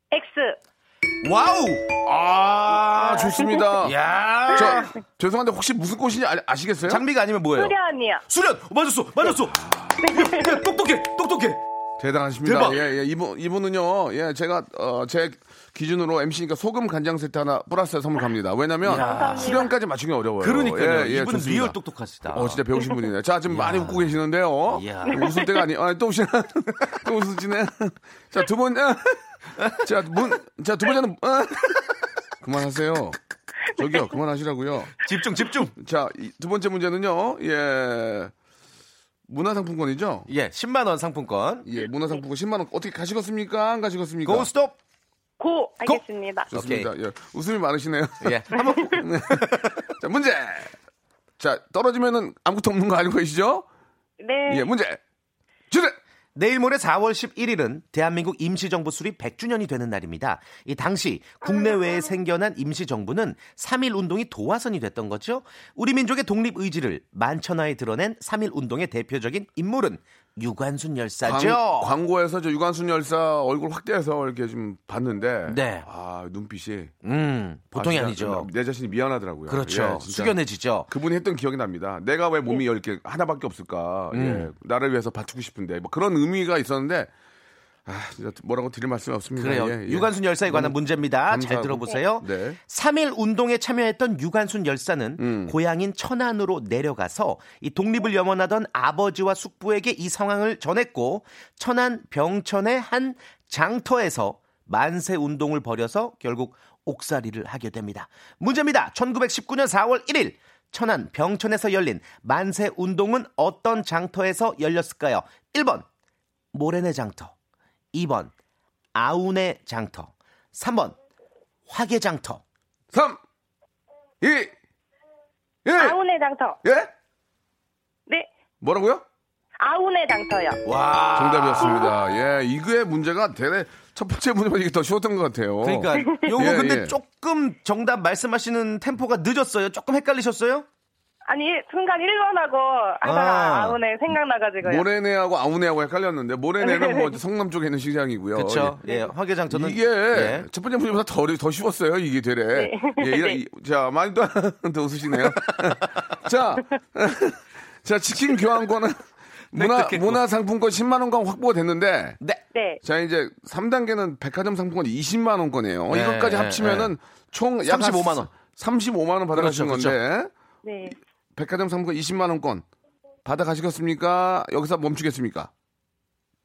[SPEAKER 10] X
[SPEAKER 7] 와우!
[SPEAKER 2] 아, 좋습니다.
[SPEAKER 7] 예. 야!
[SPEAKER 2] 저, 죄송한데 혹시 무슨 꽃인지 아, 시겠어요
[SPEAKER 7] 장미가 아니면 뭐예요?
[SPEAKER 10] 수련이요.
[SPEAKER 7] 수련! 어, 맞았어! 맞았어! 야, 야, 똑똑해! 똑똑해!
[SPEAKER 2] 대단하십니다.
[SPEAKER 7] 대박.
[SPEAKER 2] 예, 예. 이분, 이분은요, 예, 제가, 어, 제 기준으로 MC니까 소금 간장 세트 하나 플러스 선물 갑니다. 왜냐면, 수련까지 맞추기 어려워요.
[SPEAKER 7] 그러니까요.
[SPEAKER 2] 예, 예,
[SPEAKER 7] 이분은
[SPEAKER 2] 좋습니다.
[SPEAKER 7] 리얼 똑똑하시다.
[SPEAKER 2] 어, 진짜 배우신 분이네요. 자, 지금 많이 웃고 계시는데요.
[SPEAKER 7] 이야.
[SPEAKER 2] 웃을 때가 아니, 아니 또 웃으시네. 또 웃으시네. 자, 두 번, 자, 문, 자, 두 번째는, 아. 그만하세요. 저기요, 그만하시라고요.
[SPEAKER 7] 집중, 집중!
[SPEAKER 2] 자, 이, 두 번째 문제는요, 예, 문화상품권이죠?
[SPEAKER 7] 예, 10만원 상품권.
[SPEAKER 2] 예, 문화상품권 10만원 어떻게 가시겠습니까? 안 가시겠습니까?
[SPEAKER 7] 고, 스톱!
[SPEAKER 10] 고 알겠습니다.
[SPEAKER 2] 좋습니다. 예, 웃음이 많으시네요.
[SPEAKER 7] 예, 한번
[SPEAKER 2] 자, 문제! 자, 떨어지면은 아무것도 없는 거 알고 계시죠?
[SPEAKER 10] 네.
[SPEAKER 2] 예, 문제! 주세요!
[SPEAKER 7] 내일 모레 4월 11일은 대한민국 임시정부 수립 100주년이 되는 날입니다. 이 당시 국내외에 생겨난 임시정부는 3.1 운동이 도화선이 됐던 거죠. 우리 민족의 독립 의지를 만천하에 드러낸 3.1 운동의 대표적인 인물은 유관순 열사죠.
[SPEAKER 2] 광, 고에서저 유관순 열사 얼굴 확대해서 이렇게 좀 봤는데.
[SPEAKER 7] 네.
[SPEAKER 2] 아, 눈빛이.
[SPEAKER 7] 음, 보통이
[SPEAKER 2] 아,
[SPEAKER 7] 아, 니
[SPEAKER 2] 진짜
[SPEAKER 7] 죠
[SPEAKER 2] 내 자신이 미안하더라고요.
[SPEAKER 7] 그렇죠.
[SPEAKER 2] 예, 진짜.
[SPEAKER 7] 숙연해지죠. 네.
[SPEAKER 2] 그분이 했던 기억이 납니다. 내가 왜 몸이 열 개 하나밖에 없을까? 예,
[SPEAKER 7] 음.
[SPEAKER 2] 나를 위해서 바치고 싶은데 뭐 그런 의미가 있었는데 아, 진짜 뭐라고 드릴 말씀이 없습니다.
[SPEAKER 7] 그래요.
[SPEAKER 2] 예, 예.
[SPEAKER 7] 유관순 열사에 관한
[SPEAKER 2] 너무
[SPEAKER 7] 문제입니다. 잘
[SPEAKER 2] 감사하고.
[SPEAKER 7] 들어보세요.
[SPEAKER 2] 네.
[SPEAKER 7] 3일 운동에 참여했던 유관순 열사는
[SPEAKER 2] 음.
[SPEAKER 7] 고향인 천안으로 내려가서 이 독립을 염원하던 아버지와 숙부에게 이 상황을 전했고 천안 병천의 한 장터에서 만세 운동을 벌여서 결국 옥살이를 하게 됩니다. 문제입니다. 1919년 4월 1일 천안 병천에서 열린 만세 운동은 어떤 장터에서 열렸을까요? 1번 모래내 장터 2번 아우네 장터 3번 화계 장터
[SPEAKER 2] 3 2 1
[SPEAKER 10] 아우네 장터.
[SPEAKER 2] 예?
[SPEAKER 10] 네.
[SPEAKER 2] 뭐라고요?
[SPEAKER 10] 아우네 장터요.
[SPEAKER 7] 와
[SPEAKER 2] 정답이었습니다. 예, 이거의 문제가 대래 첫 번째 문제보다 이게 더 쉬웠던 것 같아요.
[SPEAKER 7] 그러니까 요거
[SPEAKER 2] 어. 예,
[SPEAKER 7] 근데
[SPEAKER 2] 예.
[SPEAKER 7] 조금 정답 말씀하시는 템포가 늦었어요 조금 헷갈리셨어요
[SPEAKER 10] 아니 순간 1번하고 하다가
[SPEAKER 7] 아.
[SPEAKER 10] 아. 우네 생각나가지고요.
[SPEAKER 2] 모래내하고 아우네하고 헷갈렸는데 모래내는 뭐 성남 쪽에 있는 시장이고요.
[SPEAKER 7] 그렇죠
[SPEAKER 2] 예.
[SPEAKER 7] 예 화계 장터는 예.
[SPEAKER 2] 이게 첫 번째 문제보다 더, 어려- 더 쉬웠어요. 이게 되래.
[SPEAKER 7] 네.
[SPEAKER 2] 예, 이런- 이- 자 많이 또, 또 웃으시네요. 자, 자 치킨 교환권은 문화
[SPEAKER 7] 획득했고.
[SPEAKER 2] 문화 상품권 10만 원권 확보가 됐는데
[SPEAKER 7] 네
[SPEAKER 10] 네.
[SPEAKER 2] 자 이제 3단계는 백화점 상품권 20만 원권이에요.
[SPEAKER 7] 네,
[SPEAKER 2] 이것까지
[SPEAKER 7] 네,
[SPEAKER 2] 합치면은 총약
[SPEAKER 7] 35만 원.
[SPEAKER 2] 35만 원 받아가신
[SPEAKER 7] 그렇죠,
[SPEAKER 2] 건데
[SPEAKER 10] 네.
[SPEAKER 2] 백화점 상품권 20만 원권 받아가시겠습니까? 여기서 멈추겠습니까?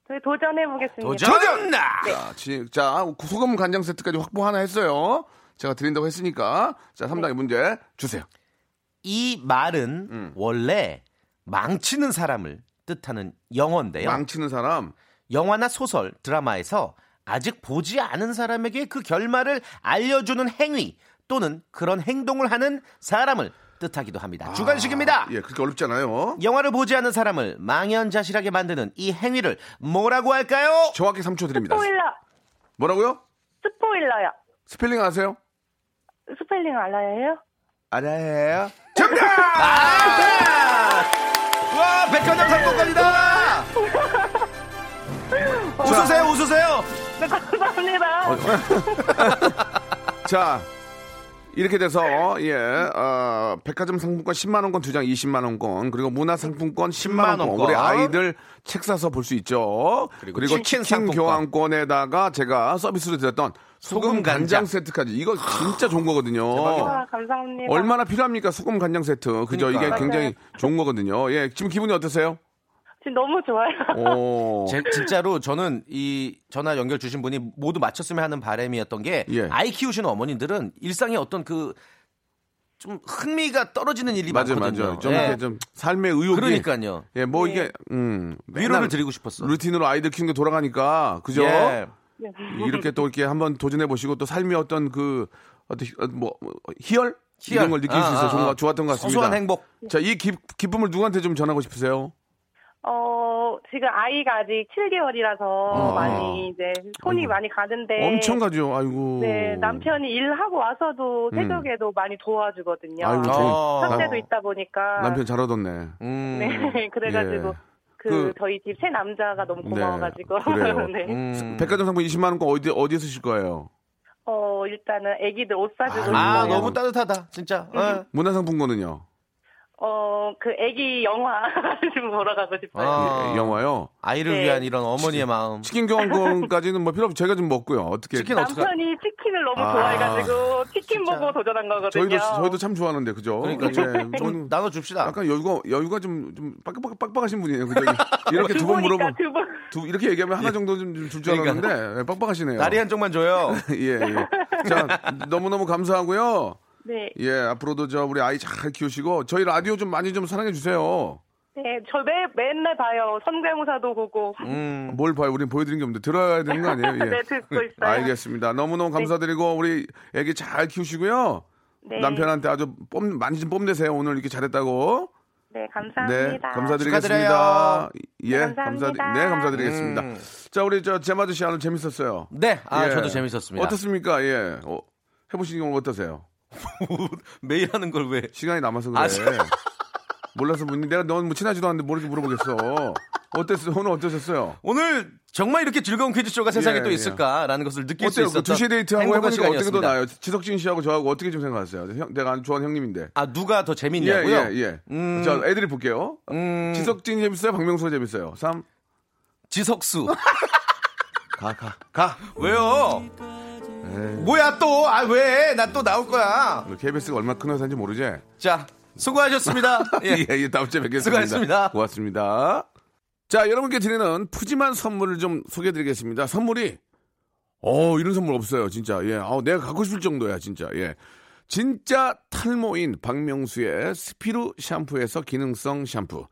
[SPEAKER 10] 저희 도전해 보겠습니다.
[SPEAKER 7] 도전
[SPEAKER 2] 자, 지, 자, 소금 간장 세트까지 확보 하나 했어요. 제가 드린다고 했으니까. 자, 3단계 문제 주세요.
[SPEAKER 7] 이 말은
[SPEAKER 2] 음.
[SPEAKER 7] 원래 망치는 사람을 뜻하는 영어인데요
[SPEAKER 2] 망치는 사람.
[SPEAKER 7] 영화나 소설, 드라마에서 아직 보지 않은 사람에게 그 결말을 알려주는 행위 또는 그런 행동을 하는 사람을 뜻하기도 합니다. 주관식입니다.
[SPEAKER 2] 예, 그렇게 어렵잖아요.
[SPEAKER 7] 영화를 보지 않은 사람을 망연자실하게 만드는 이 행위를 뭐라고 할까요?
[SPEAKER 2] 정확히 3초 드립니다.
[SPEAKER 10] 스포일러.
[SPEAKER 2] 뭐라고요?
[SPEAKER 10] 스포일러요.
[SPEAKER 2] 스펠링 아세요?
[SPEAKER 10] 스펠링 알아야 해요?
[SPEAKER 2] 알아요.
[SPEAKER 7] 와, 백화점 상품권이다! 웃으세요, 웃으세요!
[SPEAKER 10] 네, 감사합니다.
[SPEAKER 2] 자, 이렇게 돼서 예, 어, 백화점 상품권 10만 원권 두 장 20만 원권 그리고 문화 상품권 10만
[SPEAKER 7] 10만 원권.
[SPEAKER 2] 원권 우리 아이들 책 사서 볼 수 있죠. 그리고, 치킨,
[SPEAKER 7] 치킨 상품권.
[SPEAKER 2] 교환권에다가 제가 서비스로 드렸던 소금,
[SPEAKER 7] 소금
[SPEAKER 2] 간장
[SPEAKER 7] 간장.
[SPEAKER 2] 세트까지 이거 진짜 좋은 거거든요.
[SPEAKER 10] 아, 감사합니다.
[SPEAKER 2] 어. 얼마나 필요합니까 소금 간장 세트 그죠? 이게
[SPEAKER 10] 그러니까.
[SPEAKER 2] 굉장히
[SPEAKER 7] 네.
[SPEAKER 10] 맞아요.
[SPEAKER 2] 좋은 거거든요. 예, 지금 기분이 어떠세요?
[SPEAKER 10] 지금 너무 좋아요.
[SPEAKER 2] 오.
[SPEAKER 7] 제- 진짜로 저는 이 전화 연결 주신 분이 모두 맞췄으면 하는 바람이었던 게
[SPEAKER 2] 예.
[SPEAKER 7] 아이 키우시는 어머님들은 일상에 어떤 그 좀 흥미가 떨어지는 일이
[SPEAKER 2] 맞아요,
[SPEAKER 7] 많거든요.
[SPEAKER 2] 맞아요. 좀
[SPEAKER 7] 예.
[SPEAKER 2] 이렇게 좀 삶의 의욕이
[SPEAKER 7] 그러니까요.
[SPEAKER 2] 예, 뭐 이게 음
[SPEAKER 7] 위로를
[SPEAKER 2] 맨날
[SPEAKER 7] 드리고 싶었어요.
[SPEAKER 2] 루틴으로 아이들 키우는 게 돌아가니까 그죠?
[SPEAKER 7] 예.
[SPEAKER 10] 네.
[SPEAKER 2] 이렇게 또 이렇게 한번 도전해 보시고 또 삶의 어떤 그 어떤 히- 어, 뭐 뭐, 희열?
[SPEAKER 7] 희열.
[SPEAKER 2] 이런 걸 느낄
[SPEAKER 7] 아,
[SPEAKER 2] 수 있어
[SPEAKER 7] 아,
[SPEAKER 2] 좋은
[SPEAKER 7] 아.
[SPEAKER 2] 거- 좋았던 것 같습니다.
[SPEAKER 7] 소소한 행복.
[SPEAKER 2] 자, 이 기, 쁨을 누구한테 좀 전하고 싶으세요?
[SPEAKER 10] 어, 지금 아이가 아직 7개월이라서
[SPEAKER 2] 아.
[SPEAKER 10] 많이 이제 손이 많이 가는데.
[SPEAKER 2] 엄청 가죠. 아이고.
[SPEAKER 10] 네, 남편이 일하고 와서도
[SPEAKER 2] 음.
[SPEAKER 10] 새벽에도 많이 도와주거든요.
[SPEAKER 2] 아이고, 좋은-
[SPEAKER 10] 형제도
[SPEAKER 2] 남-
[SPEAKER 10] 있다 보니까.
[SPEAKER 2] 남편 잘 얻었네.
[SPEAKER 7] 음.
[SPEAKER 10] 네, 그래가지고.
[SPEAKER 2] 예.
[SPEAKER 10] 그,
[SPEAKER 2] 그- 네.
[SPEAKER 10] 저희 집 새 남자가 너무 고마워가지고.
[SPEAKER 2] 그래요. 음.
[SPEAKER 10] 네.
[SPEAKER 7] 음.
[SPEAKER 2] 백화점 상품 20만 원권 어디 어디에 쓰실 거예요?
[SPEAKER 10] 어, 일단은 애기들 옷 사주고.
[SPEAKER 7] 아,
[SPEAKER 2] 뭐.
[SPEAKER 10] 싶어요.
[SPEAKER 7] 너무 따뜻하다. 진짜.
[SPEAKER 10] 음.
[SPEAKER 7] 예.
[SPEAKER 2] 문화상품권은요?
[SPEAKER 10] 어, 그 애기 영화 좀 보러 가고 싶어요.
[SPEAKER 7] 아,
[SPEAKER 2] 예, 영화요.
[SPEAKER 7] 아이를
[SPEAKER 10] 네.
[SPEAKER 7] 위한 이런 어머니의 마음.
[SPEAKER 2] 치킨 교환권까지는 뭐 필요 없고 저희가 좀 먹고요. 어떻게
[SPEAKER 7] 치킨 어떡하-
[SPEAKER 10] 남편이 치킨을 너무
[SPEAKER 2] 아,
[SPEAKER 10] 좋아해가지고 치킨 보고 도전한 거거든요.
[SPEAKER 2] 저희도 저희도 참 좋아하는데 그죠?
[SPEAKER 7] 그러니까
[SPEAKER 2] 예,
[SPEAKER 7] 좀,
[SPEAKER 10] 네.
[SPEAKER 2] 저는
[SPEAKER 7] 나눠 줍시다.
[SPEAKER 2] 약간 여유가 여유가 좀 좀 빡빡 빡빡하신 분이에요. 그죠? 이렇게 두 번
[SPEAKER 10] 보니까
[SPEAKER 2] 물어보
[SPEAKER 10] 두 번.
[SPEAKER 2] 두 이렇게 얘기하면 하나 정도 좀 줄 줄
[SPEAKER 7] 그러니까.
[SPEAKER 2] 알았는데 예, 빡빡하시네요.
[SPEAKER 7] 다리 한 쪽만 줘요.
[SPEAKER 2] 예, 예. 자 너무 너무 감사하고요.
[SPEAKER 10] 네,
[SPEAKER 2] 예 앞으로도 저 우리 아이 잘 키우시고 저희 라디오 좀 많이 좀 사랑해 주세요.
[SPEAKER 10] 네, 저 매, 맨날 봐요. 선배무사도 보고.
[SPEAKER 7] 음.
[SPEAKER 2] 뭘 봐요? 우린 보여드린 게 없는데 들어야 되는 거 아니에요? 예.
[SPEAKER 10] 네, 듣고 있어요.
[SPEAKER 2] 알겠습니다. 너무너무 감사드리고 우리 애기 잘 키우시고요.
[SPEAKER 10] 네.
[SPEAKER 2] 남편한테 아주 뽐, 많이 좀 뽐내세요. 오늘 이렇게 잘했다고.
[SPEAKER 10] 네, 감사합니다.
[SPEAKER 2] 네, 감사드리겠습니다.
[SPEAKER 7] 축하드려요.
[SPEAKER 2] 예,
[SPEAKER 10] 네, 감사합니다.
[SPEAKER 2] 감사드- 네, 감사드리겠습니다.
[SPEAKER 7] 음.
[SPEAKER 2] 자, 우리 저 제마드 씨 오늘 재밌었어요.
[SPEAKER 7] 네, 아,
[SPEAKER 2] 예.
[SPEAKER 7] 저도 재밌었습니다.
[SPEAKER 2] 어떻습니까? 예, 어, 해보시는 경우 어떠세요? 뭐,
[SPEAKER 7] 매일 하는 걸 왜?
[SPEAKER 2] 시간이 남아서
[SPEAKER 7] 아,
[SPEAKER 2] 그래. 몰라서 묻는 내가 넌뭐 친하지도 않는데 모르게 물어보겠어. 어땠어? 오늘 어떠셨어요?
[SPEAKER 7] 오늘 정말 이렇게 즐거운 퀴즈쇼가 세상에
[SPEAKER 2] 예,
[SPEAKER 7] 또
[SPEAKER 2] 예.
[SPEAKER 7] 있을까라는 것을 느낄 수
[SPEAKER 2] 어때요?
[SPEAKER 7] 있었던
[SPEAKER 2] 그 두시 데이트하고
[SPEAKER 7] 행복한
[SPEAKER 2] 해보니까 어떻게 더
[SPEAKER 7] 시간이었습니다.
[SPEAKER 2] 나아요? 지석진 씨하고 저하고 어떻게 좀 생각하세요? 형, 내가 아는 좋아하는 형님인데.
[SPEAKER 7] 아 누가 더
[SPEAKER 2] 예,
[SPEAKER 7] 재밌냐고요?
[SPEAKER 2] 예, 예.
[SPEAKER 7] 음.
[SPEAKER 2] 자, 애들이 볼게요.
[SPEAKER 7] 음,
[SPEAKER 2] 지석진 재밌어요? 박명수 재밌어요? 3.
[SPEAKER 7] 지석수
[SPEAKER 2] 가, 가.
[SPEAKER 7] 가 왜요?
[SPEAKER 2] 예.
[SPEAKER 7] 뭐야 또 아 왜 나 또 나올 거야?
[SPEAKER 2] KBS가 그 얼마나 큰 회사인지 모르지?
[SPEAKER 7] 자 수고하셨습니다. 예.
[SPEAKER 2] 예, 예, 다음 주에 뵙겠습니다.
[SPEAKER 7] 수고하셨습니다.
[SPEAKER 2] 고맙습니다. 자, 여러분께 드리는 푸짐한 선물을 좀 소개해 드리겠습니다. 선물이, 어, 이런 선물 없어요, 진짜. 예, 아 내가 갖고 싶을 정도야, 진짜. 예. 진짜 탈모인 박명수의 스피루 샴푸에서 기능성 샴푸.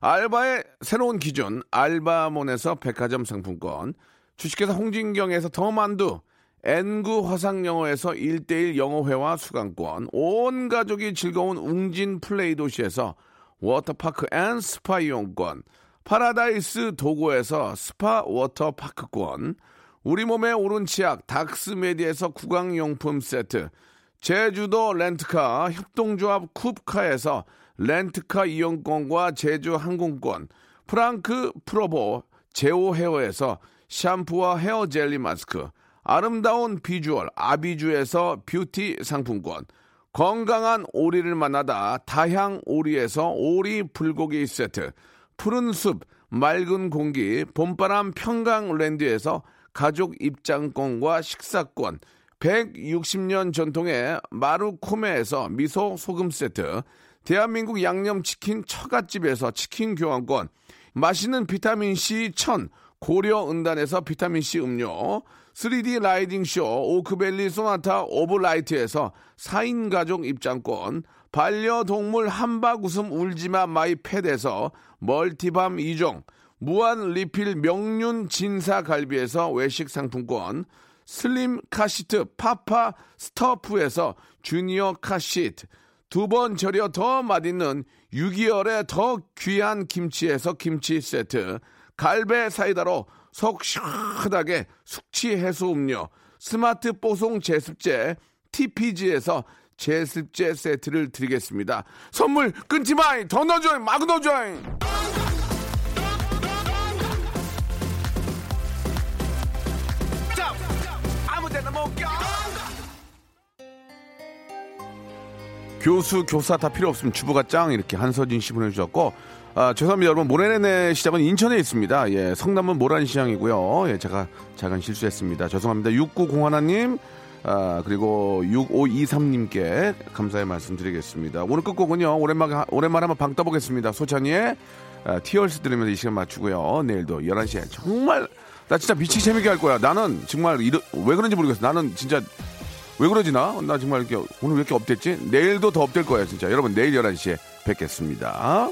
[SPEAKER 2] 알바의 새로운 기준, 알바몬에서 백화점 상품권. 주식회사 홍진경에서 더 만두. N구 화상영어에서 1대1 영어회화 수강권. 온 가족이 즐거운 웅진 플레이 도시에서 워터파크 앤 스파 이용권. 파라다이스 도고에서 스파 워터파크권. 우리 몸의 오른 치약 닥스메디에서 구강용품 세트. 제주도 렌트카 협동조합 쿱카에서 렌트카 이용권과 제주 항공권, 프랑크 프로보 제오 헤어에서 샴푸와 헤어 젤리 마스크, 아름다운 비주얼 아비주에서 뷰티 상품권, 건강한 오리를 만나다 다향 오리에서 오리 불고기 세트, 푸른 숲, 맑은 공기, 봄바람 평강랜드에서 가족 입장권과 식사권, 160년 전통의 마루코메에서 미소 소금 세트, 대한민국 양념치킨 처갓집에서 치킨 교환권, 맛있는 비타민C 천 고려 은단에서 비타민C 음료, 3D 라이딩쇼 오크밸리 소나타 오브라이트에서 4인 가족 입장권, 반려동물 한박 웃음 울지마 마이 팻에서 멀티밤 2종, 무한 리필 명륜 진사 갈비에서 외식 상품권, 슬림 카시트 파파 스터프에서 주니어 카시트, 두 번 절여 더 맛있는 6개월의 더 귀한 김치에서 김치 세트, 갈배 사이다로 속 시원하게 숙취 해소 음료, 스마트 뽀송 제습제 TPG에서 제습제 세트를 드리겠습니다. 선물 끊지 마이 더 넣어줘잉 마구 넣어줘잉 교수, 교사 다 필요 없으면 주부가 짱 이렇게 한서진 씨 보내주셨고 아, 죄송합니다 여러분 모래내 시장은 인천에 있습니다. 예, 성남은 모란시장이고요. 예, 제가 작은 실수했습니다. 죄송합니다. 6901님 아, 그리고 6523님께 감사의 말씀드리겠습니다. 오늘 끝곡은요 오랜만에 하- 오랜만에 한번 방 떠보겠습니다. 소찬이의 아, 티얼스 들으면서 이 시간 맞추고요. 내일도 11시에 정말 나 진짜 미치게 재밌게 할 거야. 나는 정말 이러, 왜 그런지 모르겠어. 나는 진짜 왜 그러지 나? 나 정말 이렇게 오늘 왜 이렇게 업됐지? 내일도 더 업될 거야 진짜. 여러분 내일 11시에 뵙겠습니다.